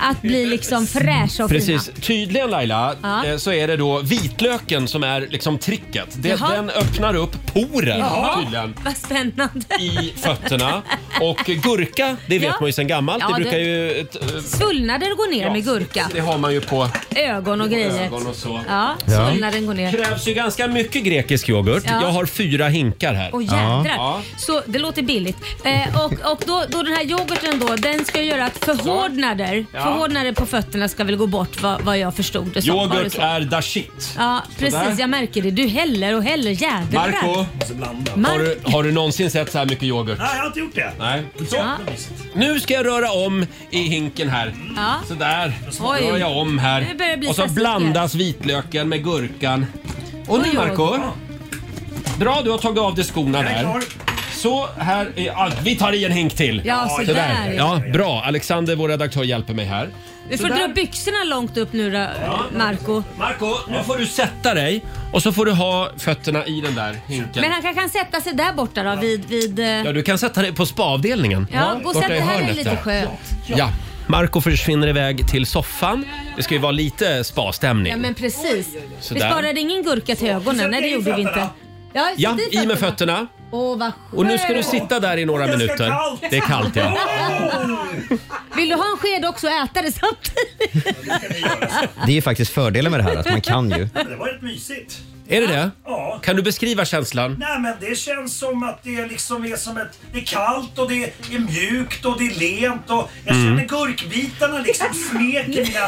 [SPEAKER 2] att bli liksom fräscha och fina.
[SPEAKER 1] Precis. Tydligen Laila,
[SPEAKER 2] Ja.
[SPEAKER 1] eh, så är det då vitlöken som är liksom tricket. Det,
[SPEAKER 2] Jaha.
[SPEAKER 1] den öppnar upp poren
[SPEAKER 2] Jaha.
[SPEAKER 1] tydligen.
[SPEAKER 2] Vad spännande.
[SPEAKER 1] I fötterna. Och gurka, det vet
[SPEAKER 2] Ja.
[SPEAKER 1] man ju sedan gammalt.
[SPEAKER 2] Ja,
[SPEAKER 1] det brukar
[SPEAKER 2] det-
[SPEAKER 1] ju... eh, t- eh,
[SPEAKER 2] Svullnaden går ner med gurka.
[SPEAKER 1] Det har man ju på...
[SPEAKER 2] Ögon och grejer.
[SPEAKER 1] Ögon och så.
[SPEAKER 2] Ja,
[SPEAKER 1] Ja.
[SPEAKER 2] svullnaden går
[SPEAKER 1] Det
[SPEAKER 2] ner.
[SPEAKER 1] krävs ju ganska mycket grekisk yoghurt.
[SPEAKER 2] Ja.
[SPEAKER 1] Jag har fyra hinkar här.
[SPEAKER 2] Åh jädrar. Så det låter billigt. Eh, och och då, då den här yoghurten då, den ska göra att förhårdnader,
[SPEAKER 1] Ja.
[SPEAKER 2] förhårdnader på fötterna ska väl gå bort vad, vad jag förstod det som. Var det
[SPEAKER 1] Yoghurt
[SPEAKER 2] så?
[SPEAKER 1] är dashit.
[SPEAKER 2] Ja,
[SPEAKER 1] Sådär.
[SPEAKER 2] precis. Jag märker det. Du häller och häller. Jädrar.
[SPEAKER 1] Marco, har du, har du någonsin sett så här mycket yoghurt?
[SPEAKER 10] Nej, jag har inte gjort det.
[SPEAKER 1] Nej.
[SPEAKER 2] Ja.
[SPEAKER 1] Nu ska jag röra om i hinken här.
[SPEAKER 2] Ja.
[SPEAKER 1] Sådär,
[SPEAKER 2] Oj.
[SPEAKER 1] rör jag om
[SPEAKER 2] Nu börjar det
[SPEAKER 1] här.
[SPEAKER 2] bli
[SPEAKER 1] Och så
[SPEAKER 2] festligt
[SPEAKER 1] blandas vitlöken med gurkan. Och
[SPEAKER 2] Oj,
[SPEAKER 1] nu
[SPEAKER 2] oj.
[SPEAKER 1] Marco. Bra, du har tagit av dig skorna
[SPEAKER 2] Jag är
[SPEAKER 1] där.
[SPEAKER 2] klar.
[SPEAKER 1] Så, här är, ja, vi tar i en hink till.
[SPEAKER 2] Ja, så där, ja.
[SPEAKER 1] Ja, bra. Alexander, vår redaktör, hjälper mig här.
[SPEAKER 2] Du får dra byxorna långt upp nu då, Marco.
[SPEAKER 1] Marco, nu får du sätta dig och så får du ha fötterna i den där hinken.
[SPEAKER 2] Men han kanske kan sätta sig där borta då vid... vid eh,
[SPEAKER 1] Ja, du kan sätta dig på spaavdelningen.
[SPEAKER 2] ja, gå och
[SPEAKER 1] Borta
[SPEAKER 2] sätt dig
[SPEAKER 1] i
[SPEAKER 2] här, det är
[SPEAKER 1] hörnet
[SPEAKER 2] lite
[SPEAKER 1] där.
[SPEAKER 2] skönt.
[SPEAKER 1] Ja. Marco försvinner iväg till soffan. Det ska ju vara lite spa-stämning.
[SPEAKER 2] Ja men precis. Vi
[SPEAKER 1] Sådär.
[SPEAKER 2] sparade ingen gurka till ögonen. Nej det gjorde vi inte. Ja, så
[SPEAKER 1] Ja,
[SPEAKER 2] dit
[SPEAKER 1] i
[SPEAKER 2] fötterna.
[SPEAKER 1] med fötterna.
[SPEAKER 2] Åh vad
[SPEAKER 1] Och nu ska du
[SPEAKER 2] skönt.
[SPEAKER 1] sitta där i några minuter. Det är kallt ja.
[SPEAKER 2] Vill du ha en sked också och äta det samtidigt?
[SPEAKER 4] Det är ju faktiskt fördelen med det här, att man kan
[SPEAKER 1] Mm.
[SPEAKER 4] ju.
[SPEAKER 10] Det var rätt mysigt.
[SPEAKER 1] Är det det?
[SPEAKER 10] Ja.
[SPEAKER 1] Kan du beskriva känslan?
[SPEAKER 10] Nej men det känns som att det liksom är som ett... Det är kallt och det är mjukt och det är lent och jag
[SPEAKER 1] Mm.
[SPEAKER 10] känner gurkbitarna liksom smek i mina, mina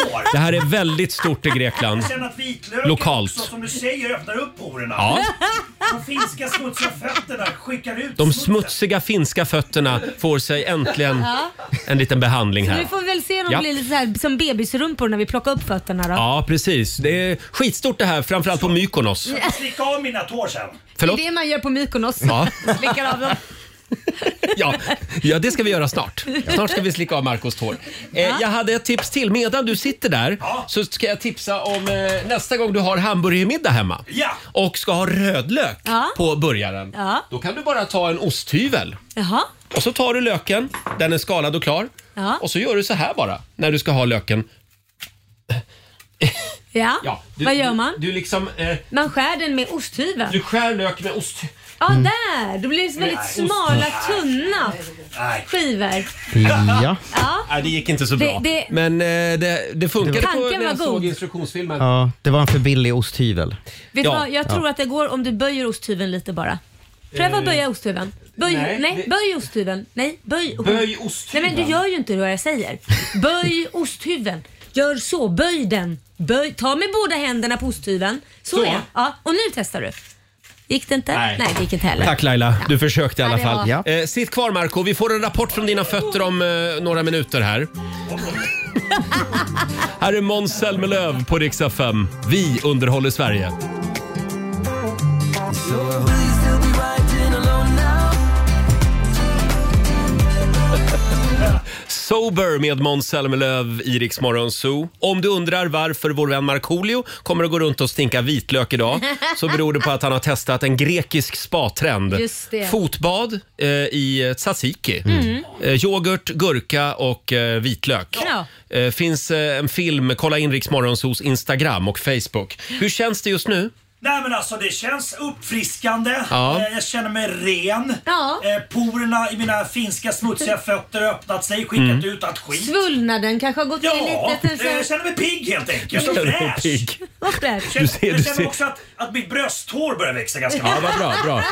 [SPEAKER 10] tår.
[SPEAKER 1] Det här är väldigt stort i Grekland.
[SPEAKER 10] Jag känner att vitlöken
[SPEAKER 1] Lokalt.
[SPEAKER 10] också som du säger öppnar upp porerna.
[SPEAKER 1] Ja.
[SPEAKER 10] De finska smutsiga fötterna skickar ut
[SPEAKER 1] De smutsiga finska fötterna får sig äntligen
[SPEAKER 2] Ja.
[SPEAKER 1] en liten behandling
[SPEAKER 2] Nu
[SPEAKER 1] här.
[SPEAKER 2] får vi väl se om
[SPEAKER 1] Ja.
[SPEAKER 2] det blir lite så här, som bebisrumpor när vi plockar upp fötterna då.
[SPEAKER 1] Ja, precis. Det är skitstort det här, framförallt på Mykonos.
[SPEAKER 10] Jag slicka av mina tår sen.
[SPEAKER 1] Förlåt?
[SPEAKER 2] Det är det man gör på Mykonos.
[SPEAKER 1] Ja.
[SPEAKER 2] Slickar av dem.
[SPEAKER 1] Ja, ja, det ska vi göra snart. Snart ska vi slicka av Marcos tår. Eh, jag hade ett tips till. Medan du sitter där så ska jag tipsa om eh, nästa gång du har hamburgermiddag hemma
[SPEAKER 10] Ja.
[SPEAKER 1] och ska ha rödlök
[SPEAKER 2] Ja.
[SPEAKER 1] på burgaren.
[SPEAKER 2] Ja.
[SPEAKER 1] Då kan du bara ta en osthyvel
[SPEAKER 2] Jaha.
[SPEAKER 1] och så tar du löken, den är skalad och klar.
[SPEAKER 2] Ja.
[SPEAKER 1] Och så gör du så här bara när du ska ha löken.
[SPEAKER 2] Ja.
[SPEAKER 1] du,
[SPEAKER 2] Vad gör man?
[SPEAKER 1] Du, du liksom... Eh,
[SPEAKER 2] Man skär den med osthyveln.
[SPEAKER 1] du skär lök med ost...
[SPEAKER 2] Ja,
[SPEAKER 1] Mm.
[SPEAKER 2] där! Då blir det väldigt
[SPEAKER 1] Nej.
[SPEAKER 2] smala,
[SPEAKER 1] Ost.
[SPEAKER 2] tunna skivor.
[SPEAKER 1] Ja.
[SPEAKER 2] Ja.
[SPEAKER 1] Nej, det gick inte så
[SPEAKER 2] Det-
[SPEAKER 1] bra.
[SPEAKER 2] det-
[SPEAKER 1] Men eh, det, det funkade på,
[SPEAKER 2] Tanken
[SPEAKER 1] när jag
[SPEAKER 2] var
[SPEAKER 1] såg
[SPEAKER 2] god.
[SPEAKER 1] instruktionsfilmen.
[SPEAKER 4] Ja, det var en för billig osthyvel.
[SPEAKER 2] Vet du
[SPEAKER 4] Ja.
[SPEAKER 2] vad? Jag
[SPEAKER 4] Ja.
[SPEAKER 2] tror att det går om du böjer osthyveln lite bara. Pröva att
[SPEAKER 4] Eh,
[SPEAKER 2] böja osthyveln. Böj, nej,
[SPEAKER 1] nej, det-
[SPEAKER 2] böj osthyveln. Nej, böj.
[SPEAKER 1] Böj osthyveln.
[SPEAKER 2] Nej men du gör ju inte vad jag säger. Böj osthyveln. Gör så, böj den. Böj, ta med båda händerna på osthyveln. Så,
[SPEAKER 1] Så?
[SPEAKER 2] ja. ja. Och nu testar du. Gick det inte? Nej, det gick inte heller.
[SPEAKER 1] Tack Laila, du försökte i alla
[SPEAKER 2] Ja, det
[SPEAKER 1] fall.
[SPEAKER 2] var-
[SPEAKER 1] Eh, sitt kvar Marco, vi får en rapport från dina fötter om eh, några minuter här. här är Måns Zelmerlöw på riksdag 5. Vi underhåller Sverige. Sober med Måns Zelmerlöw i Rix Morgon Zoo. Om du undrar varför vår vän Markoolio kommer att gå runt och stinka vitlök idag så beror det på att han har testat en grekisk spatrend.
[SPEAKER 8] Just det.
[SPEAKER 1] Fotbad eh, i tzatziki.
[SPEAKER 8] Mm.
[SPEAKER 1] Eh, yoghurt, gurka och eh, vitlök.
[SPEAKER 8] Ja.
[SPEAKER 1] Eh, finns eh, en film, kolla in Rix Morgon Zoos Instagram och Facebook. Hur känns det just nu?
[SPEAKER 10] Nej men alltså det känns uppfriskande.
[SPEAKER 1] Ja.
[SPEAKER 10] Eh, Jag känner mig ren. Eh, Porerna i mina finska smutsiga fötter har öppnat sig, skickat
[SPEAKER 1] Mm.
[SPEAKER 10] ut allt skit.
[SPEAKER 2] Svullnaden kanske har gått ner
[SPEAKER 10] Ja,
[SPEAKER 2] lite.
[SPEAKER 10] eh, jag känner mig pigg helt enkelt. Och
[SPEAKER 1] Känner dig
[SPEAKER 10] fräsch.
[SPEAKER 1] pigg?
[SPEAKER 2] Varför?
[SPEAKER 10] Jag
[SPEAKER 1] Du
[SPEAKER 10] känner,
[SPEAKER 1] ser-
[SPEAKER 10] jag
[SPEAKER 1] du
[SPEAKER 10] känner
[SPEAKER 1] ser-
[SPEAKER 10] också att, att mitt brösthår börjar växa ganska
[SPEAKER 1] Ja, vad bra, bra.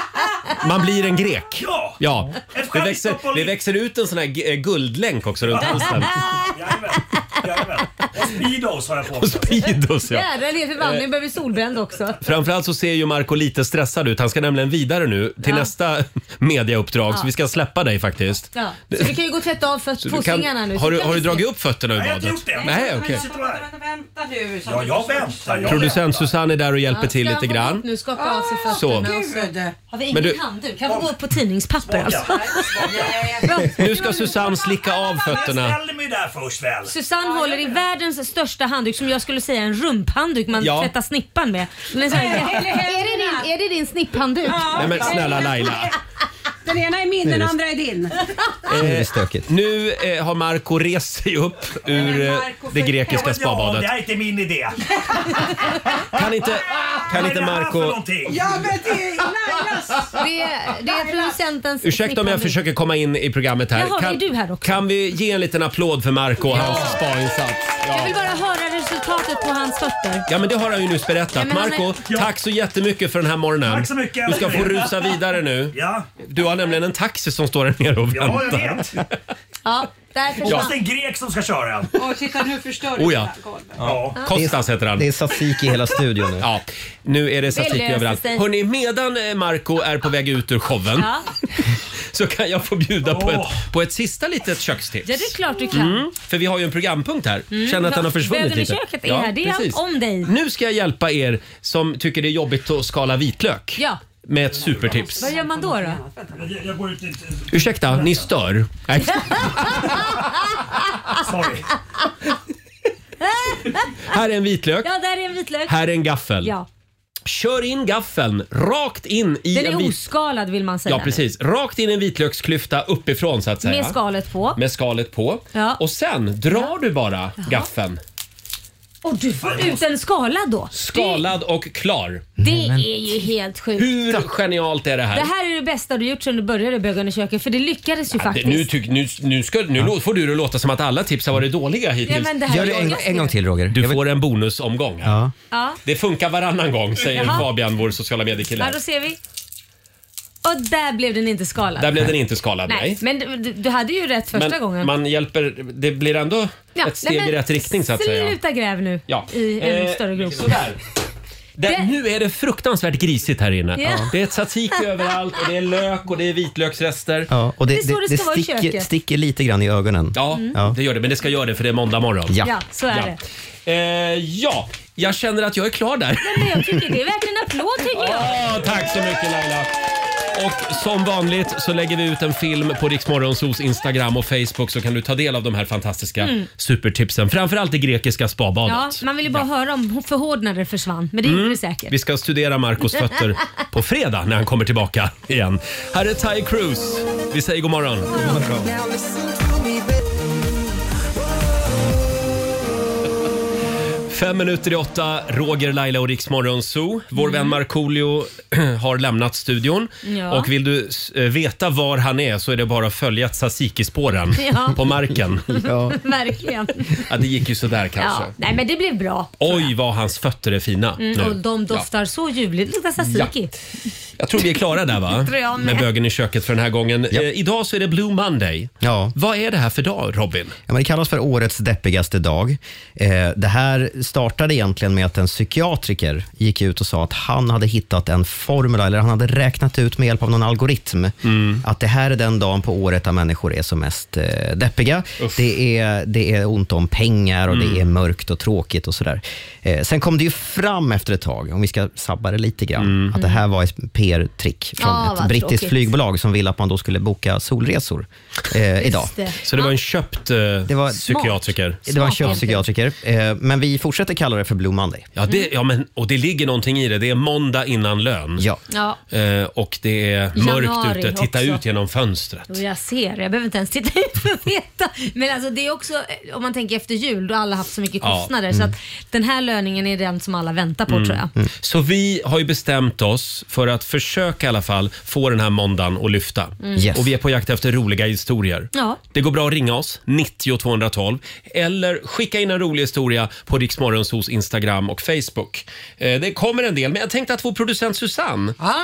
[SPEAKER 1] Man blir en grek.
[SPEAKER 10] Ja.
[SPEAKER 1] Ja, det växer, det växer ut en sån här gu- eh, guldlänk också runt halsen.
[SPEAKER 10] Och speedos har jag på
[SPEAKER 1] Och Speedos ja.
[SPEAKER 2] Jädrar, det är förvandling.
[SPEAKER 1] Eh.
[SPEAKER 2] Börjar bli solbränd också.
[SPEAKER 1] Framförallt så ser ju Marco lite stressad ut. Han ska nämligen vidare nu till
[SPEAKER 2] Ja.
[SPEAKER 1] nästa mediauppdrag
[SPEAKER 2] Ja.
[SPEAKER 1] så vi ska släppa dig faktiskt.
[SPEAKER 2] Ja. Så du kan ju gå och tvätta av
[SPEAKER 1] Så
[SPEAKER 2] föt-
[SPEAKER 1] du kan-
[SPEAKER 2] fossingarna nu. så
[SPEAKER 1] har, du,
[SPEAKER 2] kan
[SPEAKER 1] har
[SPEAKER 2] vi
[SPEAKER 1] du
[SPEAKER 2] se.
[SPEAKER 1] dragit upp fötterna ur badet? Nej, okej.
[SPEAKER 7] Vänta nu.
[SPEAKER 10] Ja, jag väntar. Jag
[SPEAKER 1] Producent Susanne är där och hjälper
[SPEAKER 2] Ja,
[SPEAKER 1] till
[SPEAKER 2] ska
[SPEAKER 1] lite
[SPEAKER 2] han gå
[SPEAKER 1] grann.
[SPEAKER 2] upp Nu skaka av
[SPEAKER 7] Ah,
[SPEAKER 2] sig fötterna.
[SPEAKER 1] Så.
[SPEAKER 2] och så- Har vi ingen
[SPEAKER 1] Men du-
[SPEAKER 2] handduk? Kan vi gå upp på tidningspapper alltså?
[SPEAKER 1] Nu ska Susanne slicka av fötterna.
[SPEAKER 10] ställer mig där först väl.
[SPEAKER 2] Susanne håller i världens största handduk som jag skulle säga är en rumphandduk man
[SPEAKER 1] Ja.
[SPEAKER 2] tvättar snippan med. Men så här, är, det din, är det din snipphandduk?
[SPEAKER 1] Nej men snälla Laila.
[SPEAKER 7] Den ena är min,
[SPEAKER 1] Nu är
[SPEAKER 7] den
[SPEAKER 1] det-
[SPEAKER 7] andra är din.
[SPEAKER 1] Eh, nu eh, har Marco rest sig upp ur eh, det grekiska
[SPEAKER 10] Ja,
[SPEAKER 1] spabadet.
[SPEAKER 10] det här är inte min idé.
[SPEAKER 1] Kan inte, kan inte Marco...
[SPEAKER 7] Ja, men det är
[SPEAKER 2] Det, är- det är producentens
[SPEAKER 1] Ursäkta om jag
[SPEAKER 2] snipphandduk.
[SPEAKER 1] försöker komma in i programmet här.
[SPEAKER 2] Jaha,
[SPEAKER 1] kan,
[SPEAKER 2] är du här också?
[SPEAKER 1] kan vi ge en liten applåd för Marco och hans spainsats?
[SPEAKER 2] Jag
[SPEAKER 1] Ja.
[SPEAKER 2] vill bara höra resultatet på hans fötter.
[SPEAKER 1] ja, men det har han ju nyss
[SPEAKER 2] Ja,
[SPEAKER 1] berättat.
[SPEAKER 2] men han är-
[SPEAKER 1] Marco, tack så jättemycket för den här morgonen.
[SPEAKER 10] Tack så mycket.
[SPEAKER 1] Du ska få rusa vidare nu.
[SPEAKER 10] Ja.
[SPEAKER 1] Du har nämligen en taxi som står där nere och
[SPEAKER 10] Ja,
[SPEAKER 1] väntar.
[SPEAKER 10] jag vet.
[SPEAKER 2] Ja, där
[SPEAKER 10] Hoppas
[SPEAKER 2] försvann.
[SPEAKER 10] det är en grek som ska köra den.
[SPEAKER 7] Och titta nu förstör
[SPEAKER 1] Oh ja.
[SPEAKER 10] Ja.
[SPEAKER 1] Kostas heter han. Det är tzatziki i hela studion nu. Ja, nu är det
[SPEAKER 2] Det
[SPEAKER 1] tzatziki
[SPEAKER 2] löser
[SPEAKER 1] överallt.
[SPEAKER 2] sig.
[SPEAKER 1] Hörni, medan eh, Marco är på väg ut ur showen
[SPEAKER 2] Ja.
[SPEAKER 1] så kan jag få bjuda på, ett, på ett sista litet kökstips.
[SPEAKER 2] Ja, det är klart du kan.
[SPEAKER 1] Mm, för vi har ju en programpunkt här.
[SPEAKER 2] Mm.
[SPEAKER 1] Känner att den har försvunnit
[SPEAKER 2] Bögen i
[SPEAKER 1] lite.
[SPEAKER 2] köket är här. Det är allt om dig.
[SPEAKER 1] Nu ska jag hjälpa er som tycker det är jobbigt att skala vitlök.
[SPEAKER 2] Ja,
[SPEAKER 1] med ett supertips.
[SPEAKER 2] Vad gör man då? då?
[SPEAKER 10] Jag går ut lite.
[SPEAKER 1] Ursäkta, ni stör. Nej.
[SPEAKER 10] Sorry.
[SPEAKER 1] Här är en vitlök.
[SPEAKER 2] Ja, där är en vitlök.
[SPEAKER 1] Här är en gaffel.
[SPEAKER 2] Ja.
[SPEAKER 1] Kör in gaffeln rakt in i
[SPEAKER 2] Den
[SPEAKER 1] en
[SPEAKER 2] är
[SPEAKER 1] vit-
[SPEAKER 2] oskalad vill man säga.
[SPEAKER 1] Ja, precis. Rakt in i en vitlöksklyfta uppifrån så att säga.
[SPEAKER 2] Med skalet på.
[SPEAKER 1] Med skalet på.
[SPEAKER 2] Ja.
[SPEAKER 1] Och sen drar du bara gaffeln.
[SPEAKER 2] Och du får ut en skalad då.
[SPEAKER 1] Skalad och klar.
[SPEAKER 2] Det, det är ju helt sjukt.
[SPEAKER 1] Hur genialt är det här?
[SPEAKER 2] Det här är det bästa du gjort sedan du började i Bögarna i köket för det lyckades ju
[SPEAKER 1] Det-
[SPEAKER 2] faktiskt.
[SPEAKER 1] Nu, tyck, nu, nu, ska, nu lå- får du det låta som att alla tips har varit dåliga hittills.
[SPEAKER 2] Ja, men det här Gör det är en- jag en gång
[SPEAKER 1] till Roger. Du får en bonusomgång. här.
[SPEAKER 2] Ja.
[SPEAKER 1] Det funkar varannan gång säger
[SPEAKER 2] Jaha.
[SPEAKER 1] Fabian, vår sociala mediekille.
[SPEAKER 2] Ja, då ser vi. Och där blev den inte skalad.
[SPEAKER 1] Där blev den inte skalad.
[SPEAKER 2] Nej,
[SPEAKER 1] Nej.
[SPEAKER 2] men du- du, du hade ju rätt första
[SPEAKER 1] men
[SPEAKER 2] gången.
[SPEAKER 1] man hjälper, det blir ändå
[SPEAKER 2] Ja,
[SPEAKER 1] ett steg
[SPEAKER 2] nej, men
[SPEAKER 1] i rätt riktning så att säga.
[SPEAKER 2] Sluta gräv nu
[SPEAKER 1] Ja.
[SPEAKER 2] i en
[SPEAKER 1] Eh,
[SPEAKER 2] större grop.
[SPEAKER 1] sådär. Det, Nu är det fruktansvärt grisigt här inne.
[SPEAKER 2] Ja.
[SPEAKER 1] Det är tzatziki överallt och det är lök och det är vitlöksrester.
[SPEAKER 4] Ja, och
[SPEAKER 2] Det är
[SPEAKER 4] det,
[SPEAKER 2] så det
[SPEAKER 4] det, det
[SPEAKER 2] ska vara i
[SPEAKER 4] sticker,
[SPEAKER 2] köket. Mm.
[SPEAKER 4] sticker lite grann i ögonen.
[SPEAKER 1] Ja, det gör det. Men det ska göra det för det är måndag morgon.
[SPEAKER 4] Ja.
[SPEAKER 2] Ja, så är det.
[SPEAKER 1] Eh, ja, jag känner att jag är klar där.
[SPEAKER 2] Men jag tycker det är värt en applåd tycker jag.
[SPEAKER 1] Ja, tack så mycket Laila. Och som vanligt så lägger vi ut en film på Riksmorgonsos Instagram och Facebook så kan du ta del av de här fantastiska
[SPEAKER 2] Mm.
[SPEAKER 1] supertipsen. Framförallt det grekiska spabadet.
[SPEAKER 2] Ja, man vill ju bara höra om förhårdnader försvann, men det gjorde
[SPEAKER 1] Mm.
[SPEAKER 2] det säkert.
[SPEAKER 1] Vi ska studera Marcos fötter på fredag när han kommer tillbaka igen. Här är Ty Cruz. Vi säger god morgon. Fem minuter i åtta, Roger, Laila och Riksmorgon Zoo. Vår vän Markoolio har lämnat studion.
[SPEAKER 2] Mm. Ja.
[SPEAKER 1] Och vill du eh, veta var han är så är det bara att följa tzatziki-spåren
[SPEAKER 2] Ja.
[SPEAKER 1] på marken. Ja.
[SPEAKER 2] Verkligen.
[SPEAKER 1] det gick ju sådär kanske.
[SPEAKER 2] Ja. Nej, men det blev bra.
[SPEAKER 1] Oj, vad hans fötter är fina.
[SPEAKER 2] Mm,
[SPEAKER 1] nu.
[SPEAKER 2] och de
[SPEAKER 1] Ja.
[SPEAKER 2] doftar så ljuvligt. Det luktar tzatziki.
[SPEAKER 1] Jag tror vi är klara där va?
[SPEAKER 2] Tror jag med.
[SPEAKER 1] bögen i köket för den här gången. Eh, idag så är det Blue Monday.
[SPEAKER 4] Ja.
[SPEAKER 1] Vad är det här för dag Robin?
[SPEAKER 4] Ja, men det kallas för årets deppigaste dag. Eh, det här startade egentligen med att en psykiatriker gick ut och sa att han hade hittat en formel, eller han hade räknat ut med hjälp av någon algoritm,
[SPEAKER 1] Mm.
[SPEAKER 4] att det här är den dagen på året där människor är som mest eh, deppiga. Det är, det är ont om pengar och
[SPEAKER 1] Mm.
[SPEAKER 4] det är mörkt och tråkigt och sådär. Eh, sen kom det ju fram efter ett tag, om vi ska sabba det lite grann,
[SPEAKER 1] Mm.
[SPEAKER 4] att det här var ett PR-trick från
[SPEAKER 2] Ah, vad
[SPEAKER 4] ett brittiskt
[SPEAKER 2] tråkigt.
[SPEAKER 4] flygbolag som ville att man då skulle boka solresor eh, idag.
[SPEAKER 2] det.
[SPEAKER 1] Så det var en köpt eh, det var, psykiatriker?
[SPEAKER 4] Det var en köppsykiatriker. Eh, Men vi fortsätter kalla det för Blue Monday.
[SPEAKER 1] Ja, det, ja men, och det ligger någonting i det. Det är måndag innan lön.
[SPEAKER 4] Ja.
[SPEAKER 2] Ja.
[SPEAKER 1] Eh, och det är
[SPEAKER 2] Januari
[SPEAKER 1] mörkt ute. Titta
[SPEAKER 2] också.
[SPEAKER 1] ut genom fönstret.
[SPEAKER 2] Jo, jag ser. Jag behöver inte ens titta ut för att veta. Men alltså, det är också, om man tänker efter jul, då har alla haft så mycket
[SPEAKER 1] Ja.
[SPEAKER 2] kostnader. Så
[SPEAKER 1] Mm.
[SPEAKER 2] att den här löningen är den som alla väntar på tror
[SPEAKER 4] Mm.
[SPEAKER 2] jag.
[SPEAKER 1] Så vi har ju bestämt oss för att försöka i alla fall få den här måndagen att lyfta.
[SPEAKER 2] Mm. Yes.
[SPEAKER 1] Och vi är på jakt efter roliga historier.
[SPEAKER 2] Ja.
[SPEAKER 1] Det går bra att ringa oss, 90 212 eller skicka in en rolig historia på Riksmorgonsos Instagram och Facebook. Eh, Det kommer en del, men jag tänkte att vår producent Susanne
[SPEAKER 7] Ja,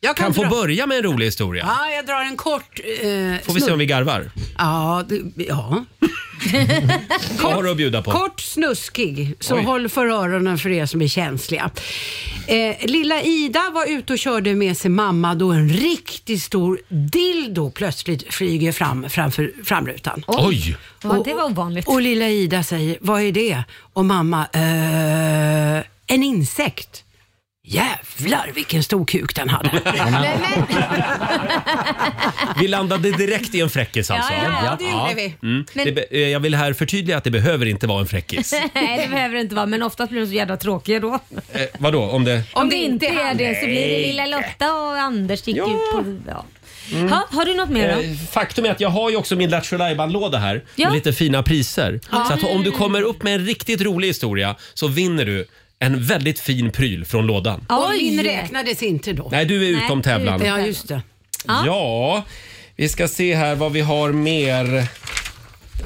[SPEAKER 7] jag kan,
[SPEAKER 1] kan få
[SPEAKER 7] dra-
[SPEAKER 1] börja med en rolig historia.
[SPEAKER 7] Ja, jag drar en kort eh,
[SPEAKER 1] Får vi se om vi garvar?
[SPEAKER 7] Ja, det, ja.
[SPEAKER 1] Vad har du att bjuda på?
[SPEAKER 7] Kort snuskig, så
[SPEAKER 1] Oj.
[SPEAKER 7] håll för öronen för er som är känsliga. Eh, lilla Ida var ute och körde med sin mamma då en riktigt stor dildo plötsligt flyger fram framför framrutan.
[SPEAKER 1] Oj.
[SPEAKER 2] Ja, det var ovanligt.
[SPEAKER 7] Och lilla Ida säger, vad är det? Och mamma, eh, en insekt. Jävlar vilken stor kuk den hade.
[SPEAKER 1] Vi landade direkt i en fräckis alltså.
[SPEAKER 7] Ja, ja, ja, det gjorde vi.
[SPEAKER 1] Mm.
[SPEAKER 2] Men-
[SPEAKER 1] Det be- eh, jag vill här förtydliga att det behöver inte vara en fräckis.
[SPEAKER 2] Nej, det behöver det inte vara, men oftast blir de så jävla tråkiga då.
[SPEAKER 1] Eh, vadå, om det...
[SPEAKER 2] Om, det inte är det så blir det
[SPEAKER 1] Nej.
[SPEAKER 2] lilla Lotta och Anders gick ut på... Ja. Ha, har du något mer då?
[SPEAKER 1] Mm. Eh, faktum är att jag har ju också min Lattjo låda här
[SPEAKER 2] Ja.
[SPEAKER 1] med lite fina priser.
[SPEAKER 2] Ja.
[SPEAKER 1] Så att om du kommer upp med en riktigt rolig historia så vinner du en väldigt fin pryl från lådan.
[SPEAKER 7] Och min räknades inte då.
[SPEAKER 1] Nej, du är utom tävlan.
[SPEAKER 7] Ja, just det.
[SPEAKER 1] Ja. vi ska se här vad vi har mer.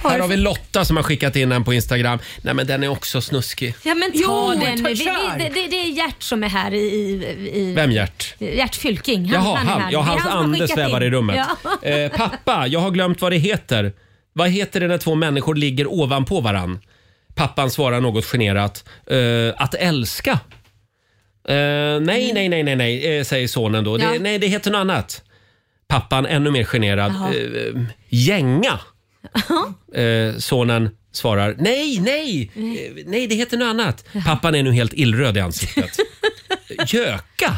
[SPEAKER 1] Här har vi Lotta som har skickat in en på Instagram. Nej, men den är också snuskig.
[SPEAKER 2] Ja men ta
[SPEAKER 7] Jo,
[SPEAKER 2] den
[SPEAKER 7] ta-
[SPEAKER 2] nu. Vi,
[SPEAKER 7] kör.
[SPEAKER 2] vi, det- det, det är Gert som är här i... i, i
[SPEAKER 1] Vem Gert?
[SPEAKER 2] Gert Fylking. Han,
[SPEAKER 1] Jaha,
[SPEAKER 2] han är
[SPEAKER 1] han.
[SPEAKER 2] här.
[SPEAKER 1] Ja,
[SPEAKER 2] Det är
[SPEAKER 1] hans
[SPEAKER 2] han som har
[SPEAKER 1] ande
[SPEAKER 2] skickat
[SPEAKER 1] svävar
[SPEAKER 2] in.
[SPEAKER 1] i rummet.
[SPEAKER 2] Ja.
[SPEAKER 1] Eh, pappa, jag har glömt vad det heter. Vad heter det när två människor ligger ovanpå varann? Pappan svarar något generat. Eh, att älska. Eh, nej, nej, nej, nej, nej, eh, säger sonen då. Det,
[SPEAKER 2] Mm. Ja.
[SPEAKER 1] nej, det heter något annat. Pappan ännu mer generad.
[SPEAKER 2] Jaha.
[SPEAKER 1] Eh, gänga. Eh, sonen svarar nej, nej, eh, nej, det heter något annat. Pappan är nu helt illröd i ansiktet. Göka?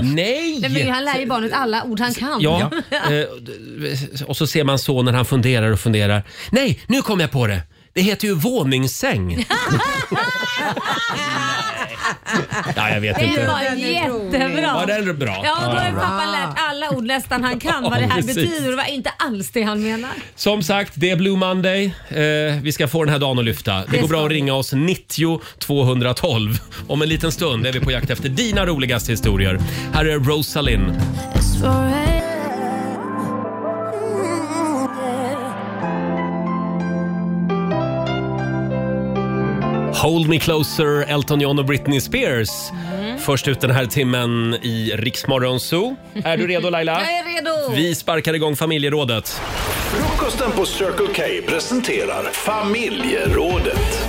[SPEAKER 1] Nej!
[SPEAKER 2] Nej, men han lär ju barnet alla ord han kan.
[SPEAKER 1] Ja, eh, och så ser man så när han funderar och funderar. Nej, nu kom jag på det! Det heter ju våningssäng. Ja, jag vet
[SPEAKER 2] Det
[SPEAKER 1] inte.
[SPEAKER 2] var jättebra.
[SPEAKER 1] Var den bra?
[SPEAKER 2] Ja, då har
[SPEAKER 1] Ja.
[SPEAKER 2] ju pappa lärt alla ord nästan han kan vad det
[SPEAKER 1] Ja,
[SPEAKER 2] här
[SPEAKER 1] precis.
[SPEAKER 2] betyder. Det var inte alls det han menar.
[SPEAKER 1] Som sagt, det är Blue Monday. Eh, vi ska få den här dagen att lyfta. Det
[SPEAKER 2] Det
[SPEAKER 1] går
[SPEAKER 2] ska
[SPEAKER 1] bra att
[SPEAKER 2] vi.
[SPEAKER 1] ringa oss 90 212. Om en liten stund är vi på jakt efter dina roligaste historier. Här är Rosalind.
[SPEAKER 3] It's 4 a.m.
[SPEAKER 1] Hold Me Closer, Elton John och Britney Spears.
[SPEAKER 2] Mm.
[SPEAKER 1] Först ut den här timmen i Riksmorgon Zoo. Är du redo Laila?
[SPEAKER 2] Jag är redo.
[SPEAKER 1] Vi sparkar igång familjerådet.
[SPEAKER 5] Frukosten på Circle K presenterar familjerådet.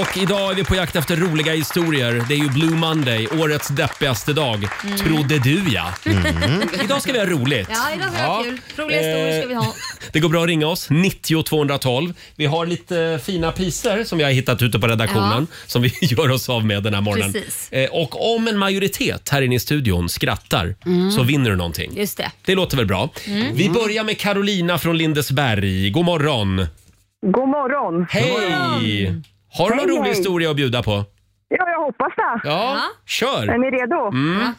[SPEAKER 1] Och idag är vi på jakt efter roliga historier. Det är ju Blue Monday, årets deppigaste dag.
[SPEAKER 2] Mm.
[SPEAKER 1] Trodde du ja.
[SPEAKER 2] Mm.
[SPEAKER 1] Idag ska vi ha roligt.
[SPEAKER 2] Ja, idag ska vi ha
[SPEAKER 1] Ja. Eh.
[SPEAKER 2] kul. Roliga historier ska vi ha.
[SPEAKER 1] Det går bra att ringa oss, 90 212. Vi har lite fina priser som vi har hittat ute på redaktionen som vi gör oss av med den här morgonen.
[SPEAKER 2] Precis.
[SPEAKER 1] Eh, Och om en majoritet här inne i studion skrattar
[SPEAKER 2] Mm.
[SPEAKER 1] så vinner du någonting.
[SPEAKER 2] Just det.
[SPEAKER 1] Det låter väl bra.
[SPEAKER 2] Mm.
[SPEAKER 1] Vi börjar med Carolina från Lindesberg. God morgon!
[SPEAKER 12] God morgon!
[SPEAKER 1] Hej! Har du någon
[SPEAKER 12] Hej,
[SPEAKER 1] rolig
[SPEAKER 12] hej.
[SPEAKER 1] historia att bjuda på?
[SPEAKER 12] Ja, jag hoppas det.
[SPEAKER 1] Ja, kör.
[SPEAKER 12] Är ni redo?
[SPEAKER 1] Mm.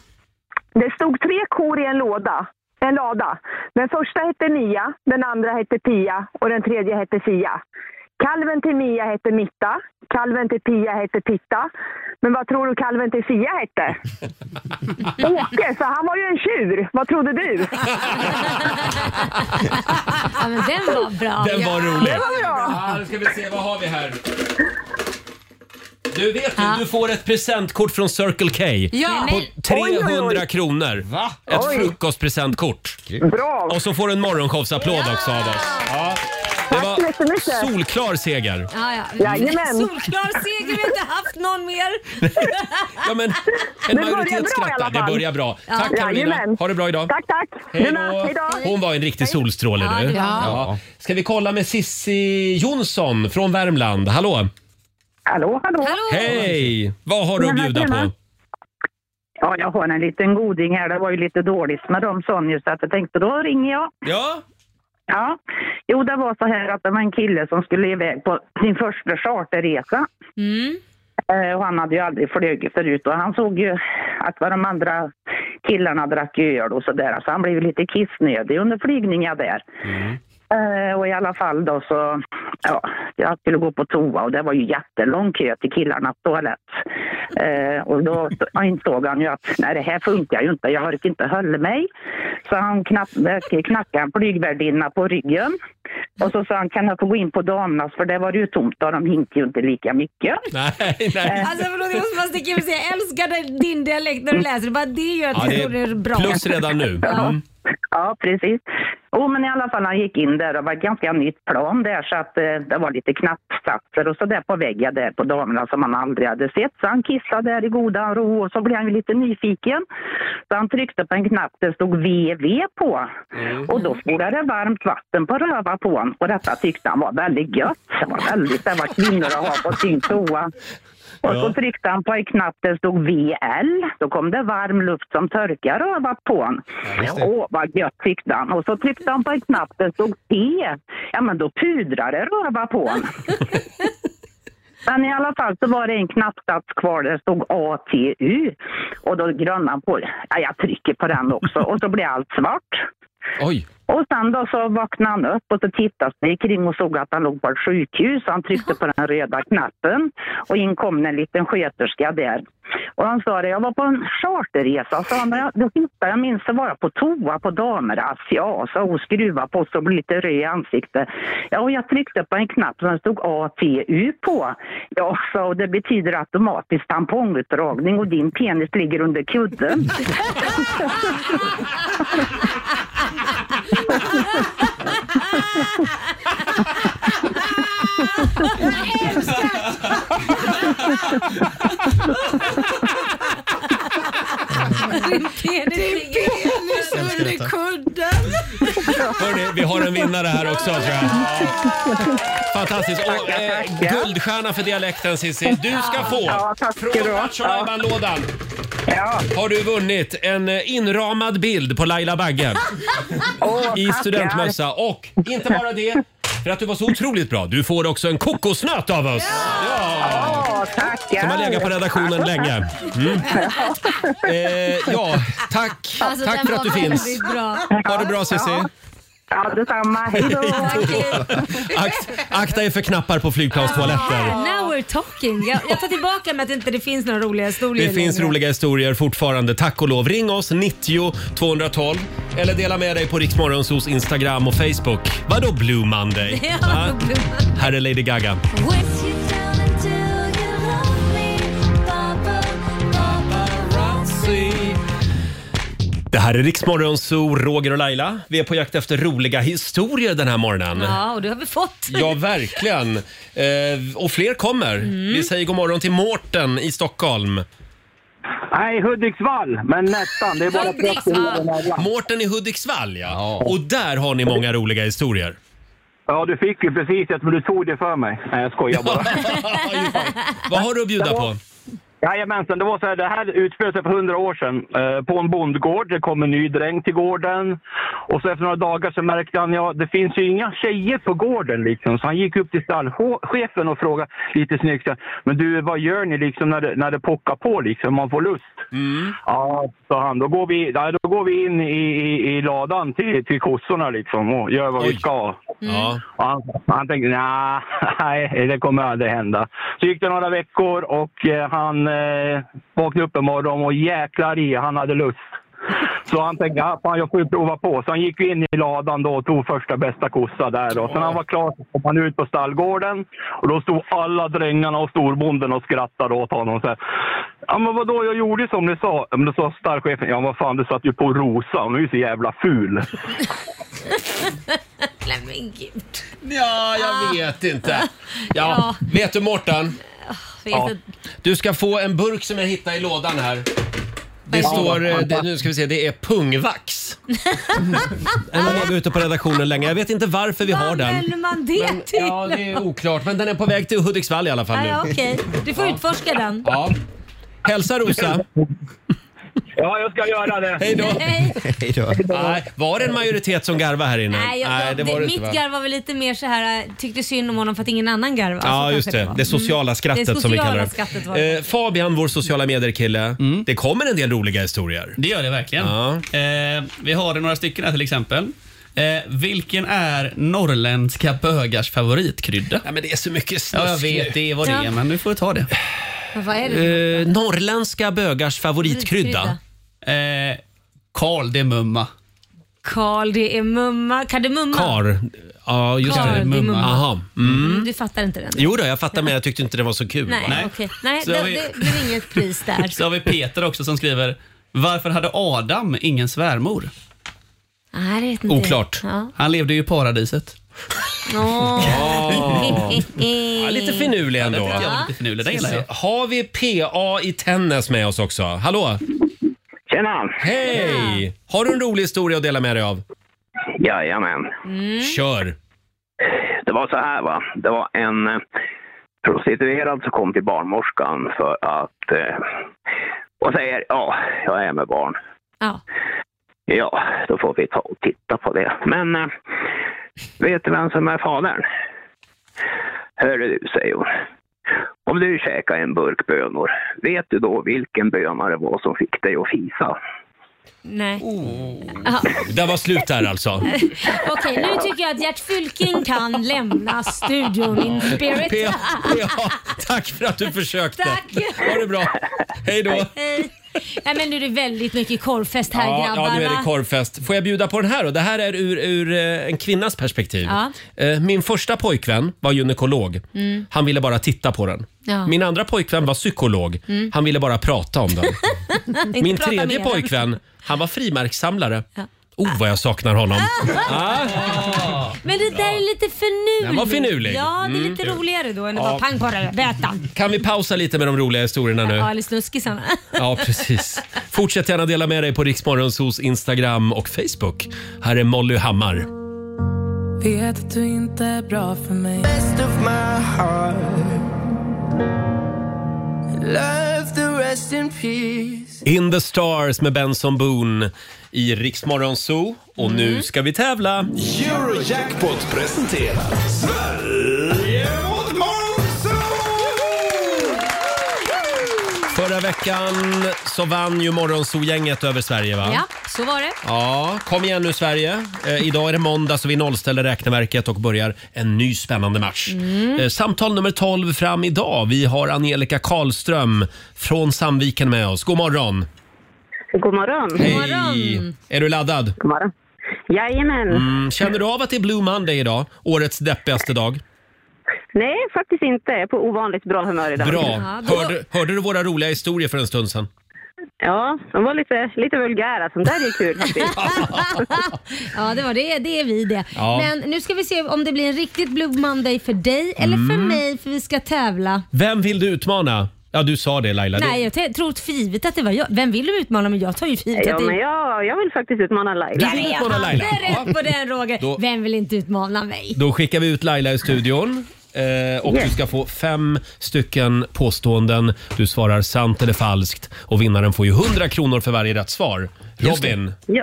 [SPEAKER 12] Det stod tre kor i en låda. En lada. Den första hette Mia, den andra hette Pia och den tredje hette Sia. Kalven till Mia hette Mitta, kalven till Pia hette Pitta. Men vad tror du kalven till Sia hette? Åke, så han var ju en tjur. Vad trodde du?
[SPEAKER 2] Ja, men den var bra.
[SPEAKER 1] Den var rolig.
[SPEAKER 2] Den var
[SPEAKER 1] Ja,
[SPEAKER 2] bra.
[SPEAKER 1] nu ska vi se, vad har vi här? Du vet ju, du får ett presentkort från Circle K
[SPEAKER 8] Ja. Nej,
[SPEAKER 1] på
[SPEAKER 8] men-
[SPEAKER 1] 300
[SPEAKER 8] Oj, oj, oj.
[SPEAKER 1] kronor. Va? Ett
[SPEAKER 8] Oj.
[SPEAKER 1] frukostpresentkort.
[SPEAKER 12] Bra!
[SPEAKER 1] Och så får du en morgonshowsapplåd också av oss. Ja. Det var solklar seger.
[SPEAKER 2] Ja, ja.
[SPEAKER 1] Jajamän.
[SPEAKER 2] Solklar seger, vi har inte haft någon mer.
[SPEAKER 1] Ja, men en majoritet skrattar. Det börjar bra.
[SPEAKER 2] Ja.
[SPEAKER 1] Tack Karolina.
[SPEAKER 2] Jajamän.
[SPEAKER 1] Ha det bra idag.
[SPEAKER 12] Tack, tack.
[SPEAKER 1] Hej
[SPEAKER 12] Detsamma. Hej
[SPEAKER 1] då.
[SPEAKER 12] då.
[SPEAKER 1] Hon var en riktig solstråle
[SPEAKER 12] Ja, det
[SPEAKER 1] du.
[SPEAKER 12] var hon.
[SPEAKER 1] Ska vi kolla med Sissi Jonsson från Värmland. Hallå!
[SPEAKER 13] Hallå, hallå.
[SPEAKER 1] Hej! Vad har du att
[SPEAKER 13] Tjena,
[SPEAKER 1] bjuda på?
[SPEAKER 13] tjena. Ja, jag har en liten goding här. Det var ju lite dåligt med dem sån just att jag tänkte då ringer jag.
[SPEAKER 1] Ja?
[SPEAKER 13] Ja. Jo, det var så här att det var en kille som skulle iväg på sin första charterresa. Eh, Och han hade ju aldrig flugit förut och han såg ju att vad de andra killarna drack ju öl och sådär. Så han blev ju lite kissnödig under flygningen där.
[SPEAKER 1] Mm.
[SPEAKER 13] Eh, Och i alla fall då så, ja, jag skulle gå på toa och det var ju jättelång kö till killarnas toalett. Eh, och då insåg han ju att nej det här funkar ju inte, jag orkar inte hålla mig. Så han knapp, eh, knackade en flygvärdinna på ryggen. Och så sa han, kan jag få gå in på damernas för där var det ju tomt och de hinkade ju inte lika mycket.
[SPEAKER 1] Nej, nej.
[SPEAKER 2] Alltså förlåt, jag måste bara sticka in och säga jag älskar den- din dialekt när du läser. Det bara det gör
[SPEAKER 13] Ja,
[SPEAKER 2] att
[SPEAKER 13] det är
[SPEAKER 2] historier är bra.
[SPEAKER 13] plus redan Mm.
[SPEAKER 1] nu.
[SPEAKER 13] Ja. Ja, precis. Jo, men i alla fall han gick in där och var ett ganska nytt plan där så att eh, det var lite knappsatser och så där på väggen där på damerna som han aldrig hade sett. Så han kissade där i godan ro och så blev han ju lite nyfiken. Så han tryckte på en knapp där det stod VV på och då spolade det varmt vatten på röva på honom och detta tyckte han var väldigt gött. Det var väldigt, det var kvinnor att ha på sin toa. Och så tryckte han på en knapp där det stod VL. Då kom det varm luft som torkade röva på honom. Åh, vad gött tyckte han. Och så tryckte han på en knapp där det stod P. Ja, men då pudrade röva på honom. Men i alla fall så var det en knappsats kvar där det stod ATU. Och då grönnade han på, ja jag trycker på den också. Och så blev allt svart.
[SPEAKER 1] Oj.
[SPEAKER 13] Och sen då så vaknade han upp och så tittade sig kring och såg att han låg på ett sjukhus. Han tryckte på den röda knappen och in kom en liten sköterska där. Och han sa det, jag var på en charterresa, sa han. Jag- Då hittade jag, minns det var jag på toa på damernas. Ja, så hon skruva på så blev lite röd i ansiktet. Ja, och jag tryckte på en knapp som det stod ATU på. Ja, så och det betyder automatisk tampongutdragning och din penis ligger under kudden.
[SPEAKER 8] Jag
[SPEAKER 2] Din penis ligger under kudden.
[SPEAKER 1] vi, vi har en vinnare här också tror jag. Fantastiskt. Och, eh, guldstjärna för dialekten Cissi. Du ska få!
[SPEAKER 8] Ja, tack ska du
[SPEAKER 1] Från
[SPEAKER 8] ha.
[SPEAKER 1] Lattjo Lajban-lådan har du vunnit en eh, inramad bild på Laila Bagge i
[SPEAKER 8] tackar.
[SPEAKER 1] studentmössa. Och inte bara det, för att du var så otroligt bra, du får också en kokosnöt av oss!
[SPEAKER 8] Ja,
[SPEAKER 1] Som har legat på redaktionen länge. Mm. Eh, ja, tack,
[SPEAKER 8] Alltså,
[SPEAKER 1] tack
[SPEAKER 8] den
[SPEAKER 1] för att du
[SPEAKER 8] var
[SPEAKER 1] finns.
[SPEAKER 8] väldigt bra.
[SPEAKER 1] Ha det bra Cissi.
[SPEAKER 13] Ja, detsamma. Hej då!
[SPEAKER 1] Akt, akta er för knappar på flygplanstoaletter.
[SPEAKER 2] Now we're talking. Jag, jag tar tillbaka med att inte det finns några roliga historier
[SPEAKER 1] Det finns
[SPEAKER 2] längre.
[SPEAKER 1] roliga historier fortfarande, tack och lov. Ring oss, 90 212 eller dela med dig på Riksmorgonsos Instagram och Facebook. Vadå Blue Monday?
[SPEAKER 8] Ja,
[SPEAKER 1] Va? Här är Lady Gaga. Det här är Riksmorgonso, Roger och Laila. Vi är på jakt efter roliga historier den här morgonen.
[SPEAKER 2] Ja, och det har vi fått.
[SPEAKER 1] Ja, verkligen. Eh, och fler kommer. Vi säger god morgon till Mårten i Stockholm.
[SPEAKER 14] Nej, Hudiksvall, men nästan. Det är bara 30 minuter
[SPEAKER 1] Mårten i Hudiksvall, ja. Och där har ni många roliga historier.
[SPEAKER 14] Ja, du fick ju precis ett, men du tog det för mig. Nej, jag skojar bara.
[SPEAKER 1] Vad har du att bjuda
[SPEAKER 14] Det
[SPEAKER 1] på?
[SPEAKER 14] var- Jajamensan, det var så här, det här utspelade sig för hundra år sedan eh, på en bondgård. Det kom en ny dräng till gården och så efter några dagar så märkte han, ja det finns ju inga tjejer på gården liksom. Så han gick upp till stallchefen och frågade lite snyggt, så här, men du vad gör ni liksom när det, när det pockar på liksom, man får lust?
[SPEAKER 1] Mm.
[SPEAKER 14] Ja, sa han, då går vi, ja, då går vi in i, i, i ladan till, till kossorna liksom och gör vad vi ska.
[SPEAKER 1] Ja.
[SPEAKER 14] Och han, han tänkte "Nja, nej, det kommer aldrig hända. Så gick det några veckor och eh, han eh, vaknade upp en morgon och jäklar i, han hade lust. Så han tänkte, ja, fan, jag får ju prova på. Så han gick in i ladan då och tog första bästa kossa där. Då. Så när han var klar så kom han ut på stallgården och då stod alla drängarna och storbonden och skrattade åt honom. Så här, ja men vadå, jag gjorde ju som ni sa. Men då sa stallchefen, ja vad fan du satt ju på Rosa, hon är ju så jävla ful.
[SPEAKER 2] Nej men gud.
[SPEAKER 1] Ja, jag vet inte. Ja, vet du Mårten?
[SPEAKER 2] vet
[SPEAKER 1] Du ska få en burk som jag hittade i lådan här. Det
[SPEAKER 2] Ja.
[SPEAKER 1] står, eh, det, nu ska vi se, det är pungvax. Den har legat ute på redaktionen länge. Jag vet inte varför vi har
[SPEAKER 2] Vad
[SPEAKER 1] den.
[SPEAKER 2] höll man det
[SPEAKER 1] Men,
[SPEAKER 2] till?
[SPEAKER 1] ja, det är oklart. Men den är på väg till Hudiksvall i alla fall
[SPEAKER 2] Ah,
[SPEAKER 1] nu.
[SPEAKER 2] ja, Okej, du får utforska den.
[SPEAKER 1] Ja. Hälsa Rosa.
[SPEAKER 14] Ja, jag ska göra det.
[SPEAKER 1] Hej då.
[SPEAKER 2] Nej,
[SPEAKER 1] Hej då. Nej, var det en majoritet som garvade här inne?
[SPEAKER 2] nej, jag, det, mitt
[SPEAKER 1] va?
[SPEAKER 2] garv var väl lite mer så här äh, tyckte synd om honom för att ingen annan garvade.
[SPEAKER 1] Ja,
[SPEAKER 2] Så
[SPEAKER 1] just
[SPEAKER 2] Alltså, kanske
[SPEAKER 1] det.
[SPEAKER 2] var.
[SPEAKER 1] Det sociala
[SPEAKER 2] Mm.
[SPEAKER 1] skrattet som vi
[SPEAKER 2] sociala
[SPEAKER 1] kallar
[SPEAKER 2] skrattet var Mm.
[SPEAKER 1] det. Eh, Fabian, vår sociala medier-kille. Det kommer en del roliga historier.
[SPEAKER 9] Mm. Det gör det verkligen. Eh, vi har några stycken här till exempel. Eh, vilken är norrländska bögars favoritkrydda?
[SPEAKER 1] Ja, men det är så mycket snusk
[SPEAKER 9] Ja, jag vet.
[SPEAKER 1] nu.
[SPEAKER 9] Det är vad det är,
[SPEAKER 1] Ja.
[SPEAKER 9] men du får ta det.
[SPEAKER 2] Men vad är det?
[SPEAKER 1] Eh, norrländska bögars favoritkrydda?
[SPEAKER 9] Eh, Karl det är mumma.
[SPEAKER 2] Karl, det är mumma. Kardemumma.
[SPEAKER 1] Kar. Ja, just
[SPEAKER 2] Karl, det är
[SPEAKER 1] det.
[SPEAKER 2] mumma.
[SPEAKER 1] Aha. Mm.
[SPEAKER 2] Mm, du fattar inte den.
[SPEAKER 1] Jo då, jag fattar men jag tyckte inte det var så kul.
[SPEAKER 2] Nej,
[SPEAKER 1] bara.
[SPEAKER 2] okej. Nej,
[SPEAKER 9] Så
[SPEAKER 2] det,
[SPEAKER 9] har vi-
[SPEAKER 2] det blir inget pris där.
[SPEAKER 9] Så har vi Peter också som skriver Varför hade Adam ingen svärmor?
[SPEAKER 2] Nej, det vet inte. Ja.
[SPEAKER 9] Han levde ju i paradiset.
[SPEAKER 1] Ja. Ja, lite finurlig ändå.
[SPEAKER 9] den tycker jag var lite finurlig. Den gillar jag.
[SPEAKER 1] Har vi PA i tennis med oss också? Hallå?
[SPEAKER 14] Tjena!
[SPEAKER 1] Hej! Har du en rolig historia att dela med dig av?
[SPEAKER 14] Jajamän.
[SPEAKER 1] Kör!
[SPEAKER 14] Det var så här va. Det var en eh, prostituerad som kom till barnmorskan för att eh, och säger ja, jag är med barn.
[SPEAKER 2] Ja.
[SPEAKER 14] Ja, då får vi ta och titta på det. Men eh, vet du vem som är fadern? Hör du, säger hon. Om du käkar en burk bönor, vet du då vilken böna det var som fick dig att fisa?
[SPEAKER 2] Nej.
[SPEAKER 1] Oh.
[SPEAKER 2] Ja.
[SPEAKER 1] Där var slut där alltså.
[SPEAKER 2] Okej, nu tycker jag att Gert Fylking kan lämna studion in spirit.
[SPEAKER 1] P- PA, tack för att du försökte.
[SPEAKER 2] Tack.
[SPEAKER 1] Ha det bra. Hej då.
[SPEAKER 2] Hej. Nej men nu är det väldigt mycket korvfest här
[SPEAKER 1] Ja,
[SPEAKER 2] grabbar.
[SPEAKER 1] ja, nu är
[SPEAKER 2] va?
[SPEAKER 1] det korvfest. Får jag bjuda på den här då? Det här är ur, ur eh, en kvinnas perspektiv.
[SPEAKER 2] Ja.
[SPEAKER 1] Eh, Min första pojkvän var gynekolog. Mm. Han ville bara titta på den.
[SPEAKER 2] Ja.
[SPEAKER 1] Min andra pojkvän var psykolog.
[SPEAKER 2] Mm.
[SPEAKER 1] Han ville bara prata om den.
[SPEAKER 2] Inte
[SPEAKER 1] Min
[SPEAKER 2] prata
[SPEAKER 1] tredje
[SPEAKER 2] mer än.
[SPEAKER 1] pojkvän, han var frimärkssamlare. Oh, vad jag saknar honom. Ah.
[SPEAKER 2] Men det där är lite finurligt.
[SPEAKER 1] Den var finurlig.
[SPEAKER 2] Ja, det är
[SPEAKER 1] Mm.
[SPEAKER 2] lite roligare då än att
[SPEAKER 1] Ja.
[SPEAKER 2] bara pang på det, bötan.
[SPEAKER 1] Kan vi pausa lite med de roliga historierna nu?
[SPEAKER 2] Ja, eller snuskisarna.
[SPEAKER 1] Eh. Ja, precis. Fortsätt gärna dela med dig på Riksmorgonsos Instagram och Facebook. Här är Molly Hammar.
[SPEAKER 15] Vet att du inte är bra för mig
[SPEAKER 14] Best of my heart Love the rest in peace
[SPEAKER 1] In the stars med Benson Boone i Riksmorgon Zoo. Och
[SPEAKER 2] Mm.
[SPEAKER 1] nu ska vi tävla!
[SPEAKER 16] Eurojackpot presenterar Sverige mot Monzo!
[SPEAKER 1] Förra veckan så vann ju Morgonzoo-gänget över Sverige va?
[SPEAKER 2] Ja, så var det.
[SPEAKER 1] Ja, kom igen nu Sverige. Eh, idag är det måndag så vi nollställer räkneverket och börjar en ny spännande match.
[SPEAKER 2] Mm.
[SPEAKER 1] Eh, samtal nummer 12 fram idag. Vi har Angelica Karlström från Sandviken med oss. God morgon!
[SPEAKER 8] God morgon.
[SPEAKER 1] Hej! Är du laddad? God
[SPEAKER 8] morgon. Jajamän.
[SPEAKER 1] Mm, känner du av att det är Blue Monday idag? Årets deppigaste dag?
[SPEAKER 8] Nej, faktiskt inte. Jag är på ovanligt bra humör idag.
[SPEAKER 1] Bra! Hörde, hörde du våra roliga historier för en stund sedan?
[SPEAKER 8] Ja, de var lite, lite vulgära. Sånt där är kul faktiskt.
[SPEAKER 2] Ja, det var det. Det är vi det.
[SPEAKER 1] Ja.
[SPEAKER 2] Men nu ska vi se om det blir en riktigt Blue Monday för dig eller för
[SPEAKER 1] Mm.
[SPEAKER 2] mig för vi ska tävla.
[SPEAKER 1] Vem vill du utmana? Ja, du sa det Laila.
[SPEAKER 2] Nej, jag t- tror för givet att det var jag. Vem vill du utmana? Men jag tar ju för givet
[SPEAKER 8] Ja,
[SPEAKER 2] att det
[SPEAKER 8] men jag, jag vill faktiskt utmana Laila.
[SPEAKER 1] Du vill utmana Laila?
[SPEAKER 2] Jag hade rätt på den Roger.
[SPEAKER 1] Då-
[SPEAKER 2] Vem vill inte utmana mig?
[SPEAKER 1] Då skickar vi ut Laila i studion. Eh, och du ska få fem stycken påståenden. Du svarar sant eller falskt. Och vinnaren får ju 100 kronor för varje rätt svar.
[SPEAKER 4] Just det.
[SPEAKER 1] Robin,
[SPEAKER 8] Ja.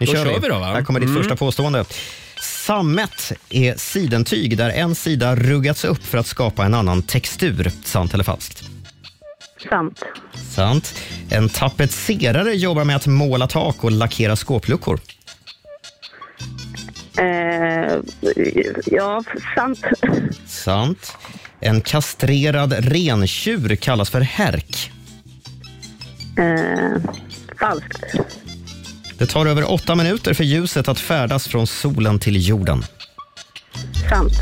[SPEAKER 4] Nu
[SPEAKER 1] Då kör vi då, va?
[SPEAKER 4] Här kommer ditt
[SPEAKER 1] Mm.
[SPEAKER 4] första påstående. Sammet är sidentyg där en sida ruggats upp för att skapa en annan textur. Sant eller falskt?
[SPEAKER 8] Sant.
[SPEAKER 4] Sant. En tapetserare jobbar med att måla tak och lackera skåpluckor.
[SPEAKER 8] Eh, ja, sant.
[SPEAKER 4] Sant. En kastrerad rentjur kallas för härk.
[SPEAKER 8] Eh, falskt.
[SPEAKER 4] Det tar över åtta minuter för ljuset att färdas från solen till jorden.
[SPEAKER 8] Sant.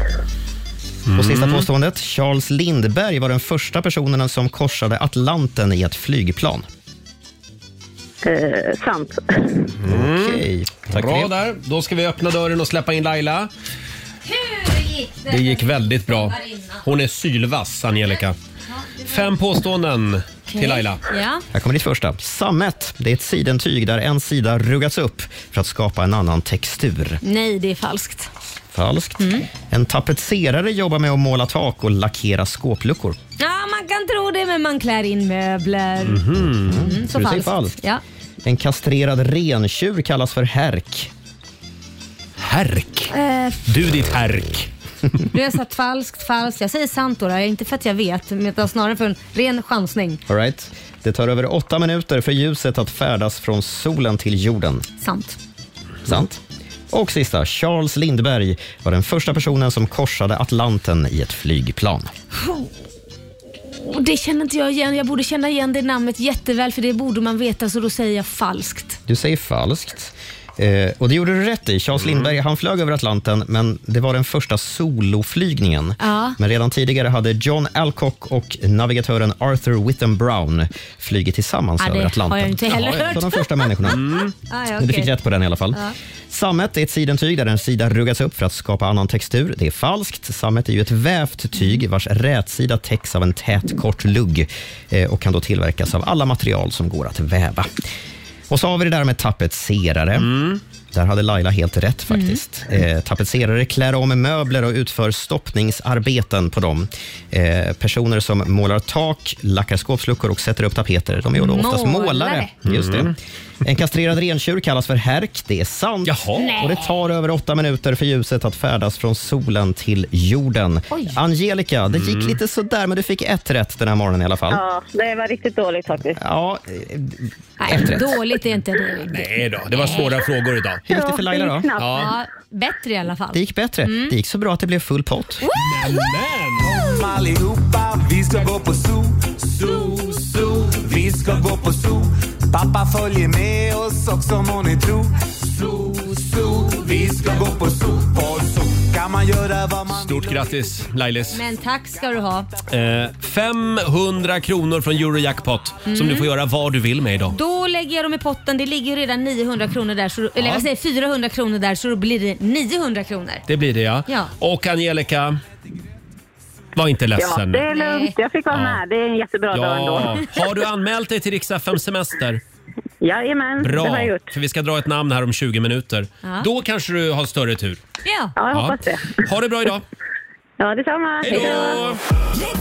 [SPEAKER 1] Mm.
[SPEAKER 4] Och sista påståendet. Charles Lindbergh var den första personen som korsade Atlanten i ett flygplan.
[SPEAKER 8] Eh, sant.
[SPEAKER 1] Mm.
[SPEAKER 4] Okej. Tack
[SPEAKER 1] Bra
[SPEAKER 4] för det.
[SPEAKER 1] där. Då ska vi öppna dörren och släppa in Laila.
[SPEAKER 2] Hur gick
[SPEAKER 1] Det gick väldigt bra. Hon är sylvass, Angelica. Fem påståenden till Laila.
[SPEAKER 2] Ja.
[SPEAKER 4] Här kommer ditt första. Sammet, det är ett sidentyg där en sida ruggats upp för att skapa en annan textur.
[SPEAKER 2] Nej, det är falskt.
[SPEAKER 4] Falskt.
[SPEAKER 2] Mm.
[SPEAKER 4] En tapetserare jobbar med att måla tak och lackera skåpluckor.
[SPEAKER 2] Ja, man kan tro det men man klär in möbler.
[SPEAKER 4] Mhm.
[SPEAKER 2] Mm,
[SPEAKER 4] Så
[SPEAKER 2] så
[SPEAKER 4] du säger
[SPEAKER 2] falskt.
[SPEAKER 4] falskt.
[SPEAKER 2] Ja.
[SPEAKER 4] En kastrerad rentjur kallas för härk.
[SPEAKER 1] Härk?
[SPEAKER 2] Eh,
[SPEAKER 1] Du ditt härk.
[SPEAKER 2] Du har sagt falskt, falskt. Jag säger sant då. då. Inte för att jag vet, utan snarare för en ren chansning.
[SPEAKER 4] All right. Det tar över åtta minuter för ljuset att färdas från solen till jorden.
[SPEAKER 2] Sant.
[SPEAKER 4] Sant. Och sista, Charles Lindbergh var den första personen som korsade Atlanten i ett flygplan.
[SPEAKER 2] Och det känner inte jag igen. Jag borde känna igen det namnet jätteväl för det borde man veta så då säger jag falskt.
[SPEAKER 4] Du säger falskt. Eh, och det gjorde du rätt i. Charles
[SPEAKER 1] Mm.
[SPEAKER 4] Lindbergh han flög över Atlanten, men det var den första soloflygningen.
[SPEAKER 2] Ja.
[SPEAKER 4] Men redan tidigare hade John Alcock och navigatören Arthur Whitten Brown flugit tillsammans
[SPEAKER 2] Ja, det
[SPEAKER 4] över
[SPEAKER 2] har
[SPEAKER 4] Atlanten.
[SPEAKER 2] jag inte heller
[SPEAKER 4] Jaha,
[SPEAKER 2] hört.
[SPEAKER 4] Så de första människorna.
[SPEAKER 2] Ah,
[SPEAKER 4] Men Du fick rätt på den i alla fall.
[SPEAKER 2] Ja.
[SPEAKER 4] Sammet är ett sidentyg där en sida ruggats upp för att skapa annan textur. Det är falskt. Sammet är ju ett vävt tyg vars rätsida täcks av en tät kort lugg eh, och kan då tillverkas av alla material som går att väva. Och så har vi det där med tapetserare. Där hade Laila helt rätt
[SPEAKER 2] Mm.
[SPEAKER 4] faktiskt. Eh, tapetserare klär om möbler och utför stoppningsarbeten på dem. Eh, personer som målar tak, lackar skåpsluckor och sätter upp tapeter. De är ju då oftast målare.
[SPEAKER 14] Målare.
[SPEAKER 4] Just det.
[SPEAKER 14] Mm.
[SPEAKER 4] En kastrerad rentjur kallas för härk. Det är sant.
[SPEAKER 14] Nej.
[SPEAKER 4] Och det tar över åtta minuter för ljuset att färdas från solen till jorden.
[SPEAKER 8] Oj.
[SPEAKER 4] Angelica, det gick
[SPEAKER 8] Mm.
[SPEAKER 4] lite sådär, men du fick ett rätt den här morgonen i alla fall.
[SPEAKER 8] Ja, det var riktigt dåligt faktiskt.
[SPEAKER 4] Ja,
[SPEAKER 2] Nej,
[SPEAKER 4] Eh, Ett rätt.
[SPEAKER 2] dåligt är inte det.
[SPEAKER 1] Nej då, det var svåra frågor idag.
[SPEAKER 4] Hur gick det för Laila då?
[SPEAKER 2] Ja. Ja, bättre i alla fall.
[SPEAKER 4] Det gick bättre.
[SPEAKER 2] Mm.
[SPEAKER 4] Det gick så bra att det blev full pott.
[SPEAKER 14] Kom allihopa, vi ska gå på zoo, zoo, zoo. Vi ska gå på zoo. Pappa följer med oss också må ni tro. Zoo, zoo. Vi ska gå på zoo, på zoo. Kan man göra vad man
[SPEAKER 1] Stort grattis Lailis.
[SPEAKER 2] Men tack ska du ha.
[SPEAKER 1] Eh, 500 kronor från Eurojackpot som
[SPEAKER 2] Mm.
[SPEAKER 1] du får göra vad du vill med idag.
[SPEAKER 2] Då lägger jag dem i potten. Det ligger ju redan 900 kronor där, så, eller
[SPEAKER 1] Ja.
[SPEAKER 2] jag säger 400 kronor där så då blir det 900 kronor.
[SPEAKER 1] Det blir det ja.
[SPEAKER 2] Ja.
[SPEAKER 1] Och Angelica, var inte
[SPEAKER 8] Ja,
[SPEAKER 1] ledsen.
[SPEAKER 8] det är lugnt. Jag fick vara med. Det är en jättebra dag ändå.
[SPEAKER 1] Har du anmält dig till Riksaffem Semester?
[SPEAKER 17] Jajamän, Mm, det har jag
[SPEAKER 1] Bra,
[SPEAKER 17] gjort.
[SPEAKER 1] för vi ska dra ett namn här om 20 minuter.
[SPEAKER 17] Ja.
[SPEAKER 1] Då kanske du har större tur.
[SPEAKER 17] Ja, ja
[SPEAKER 1] 아,
[SPEAKER 17] jag hoppas det.
[SPEAKER 1] Ha det bra idag.
[SPEAKER 17] Ja, detsamma.
[SPEAKER 1] Hej då!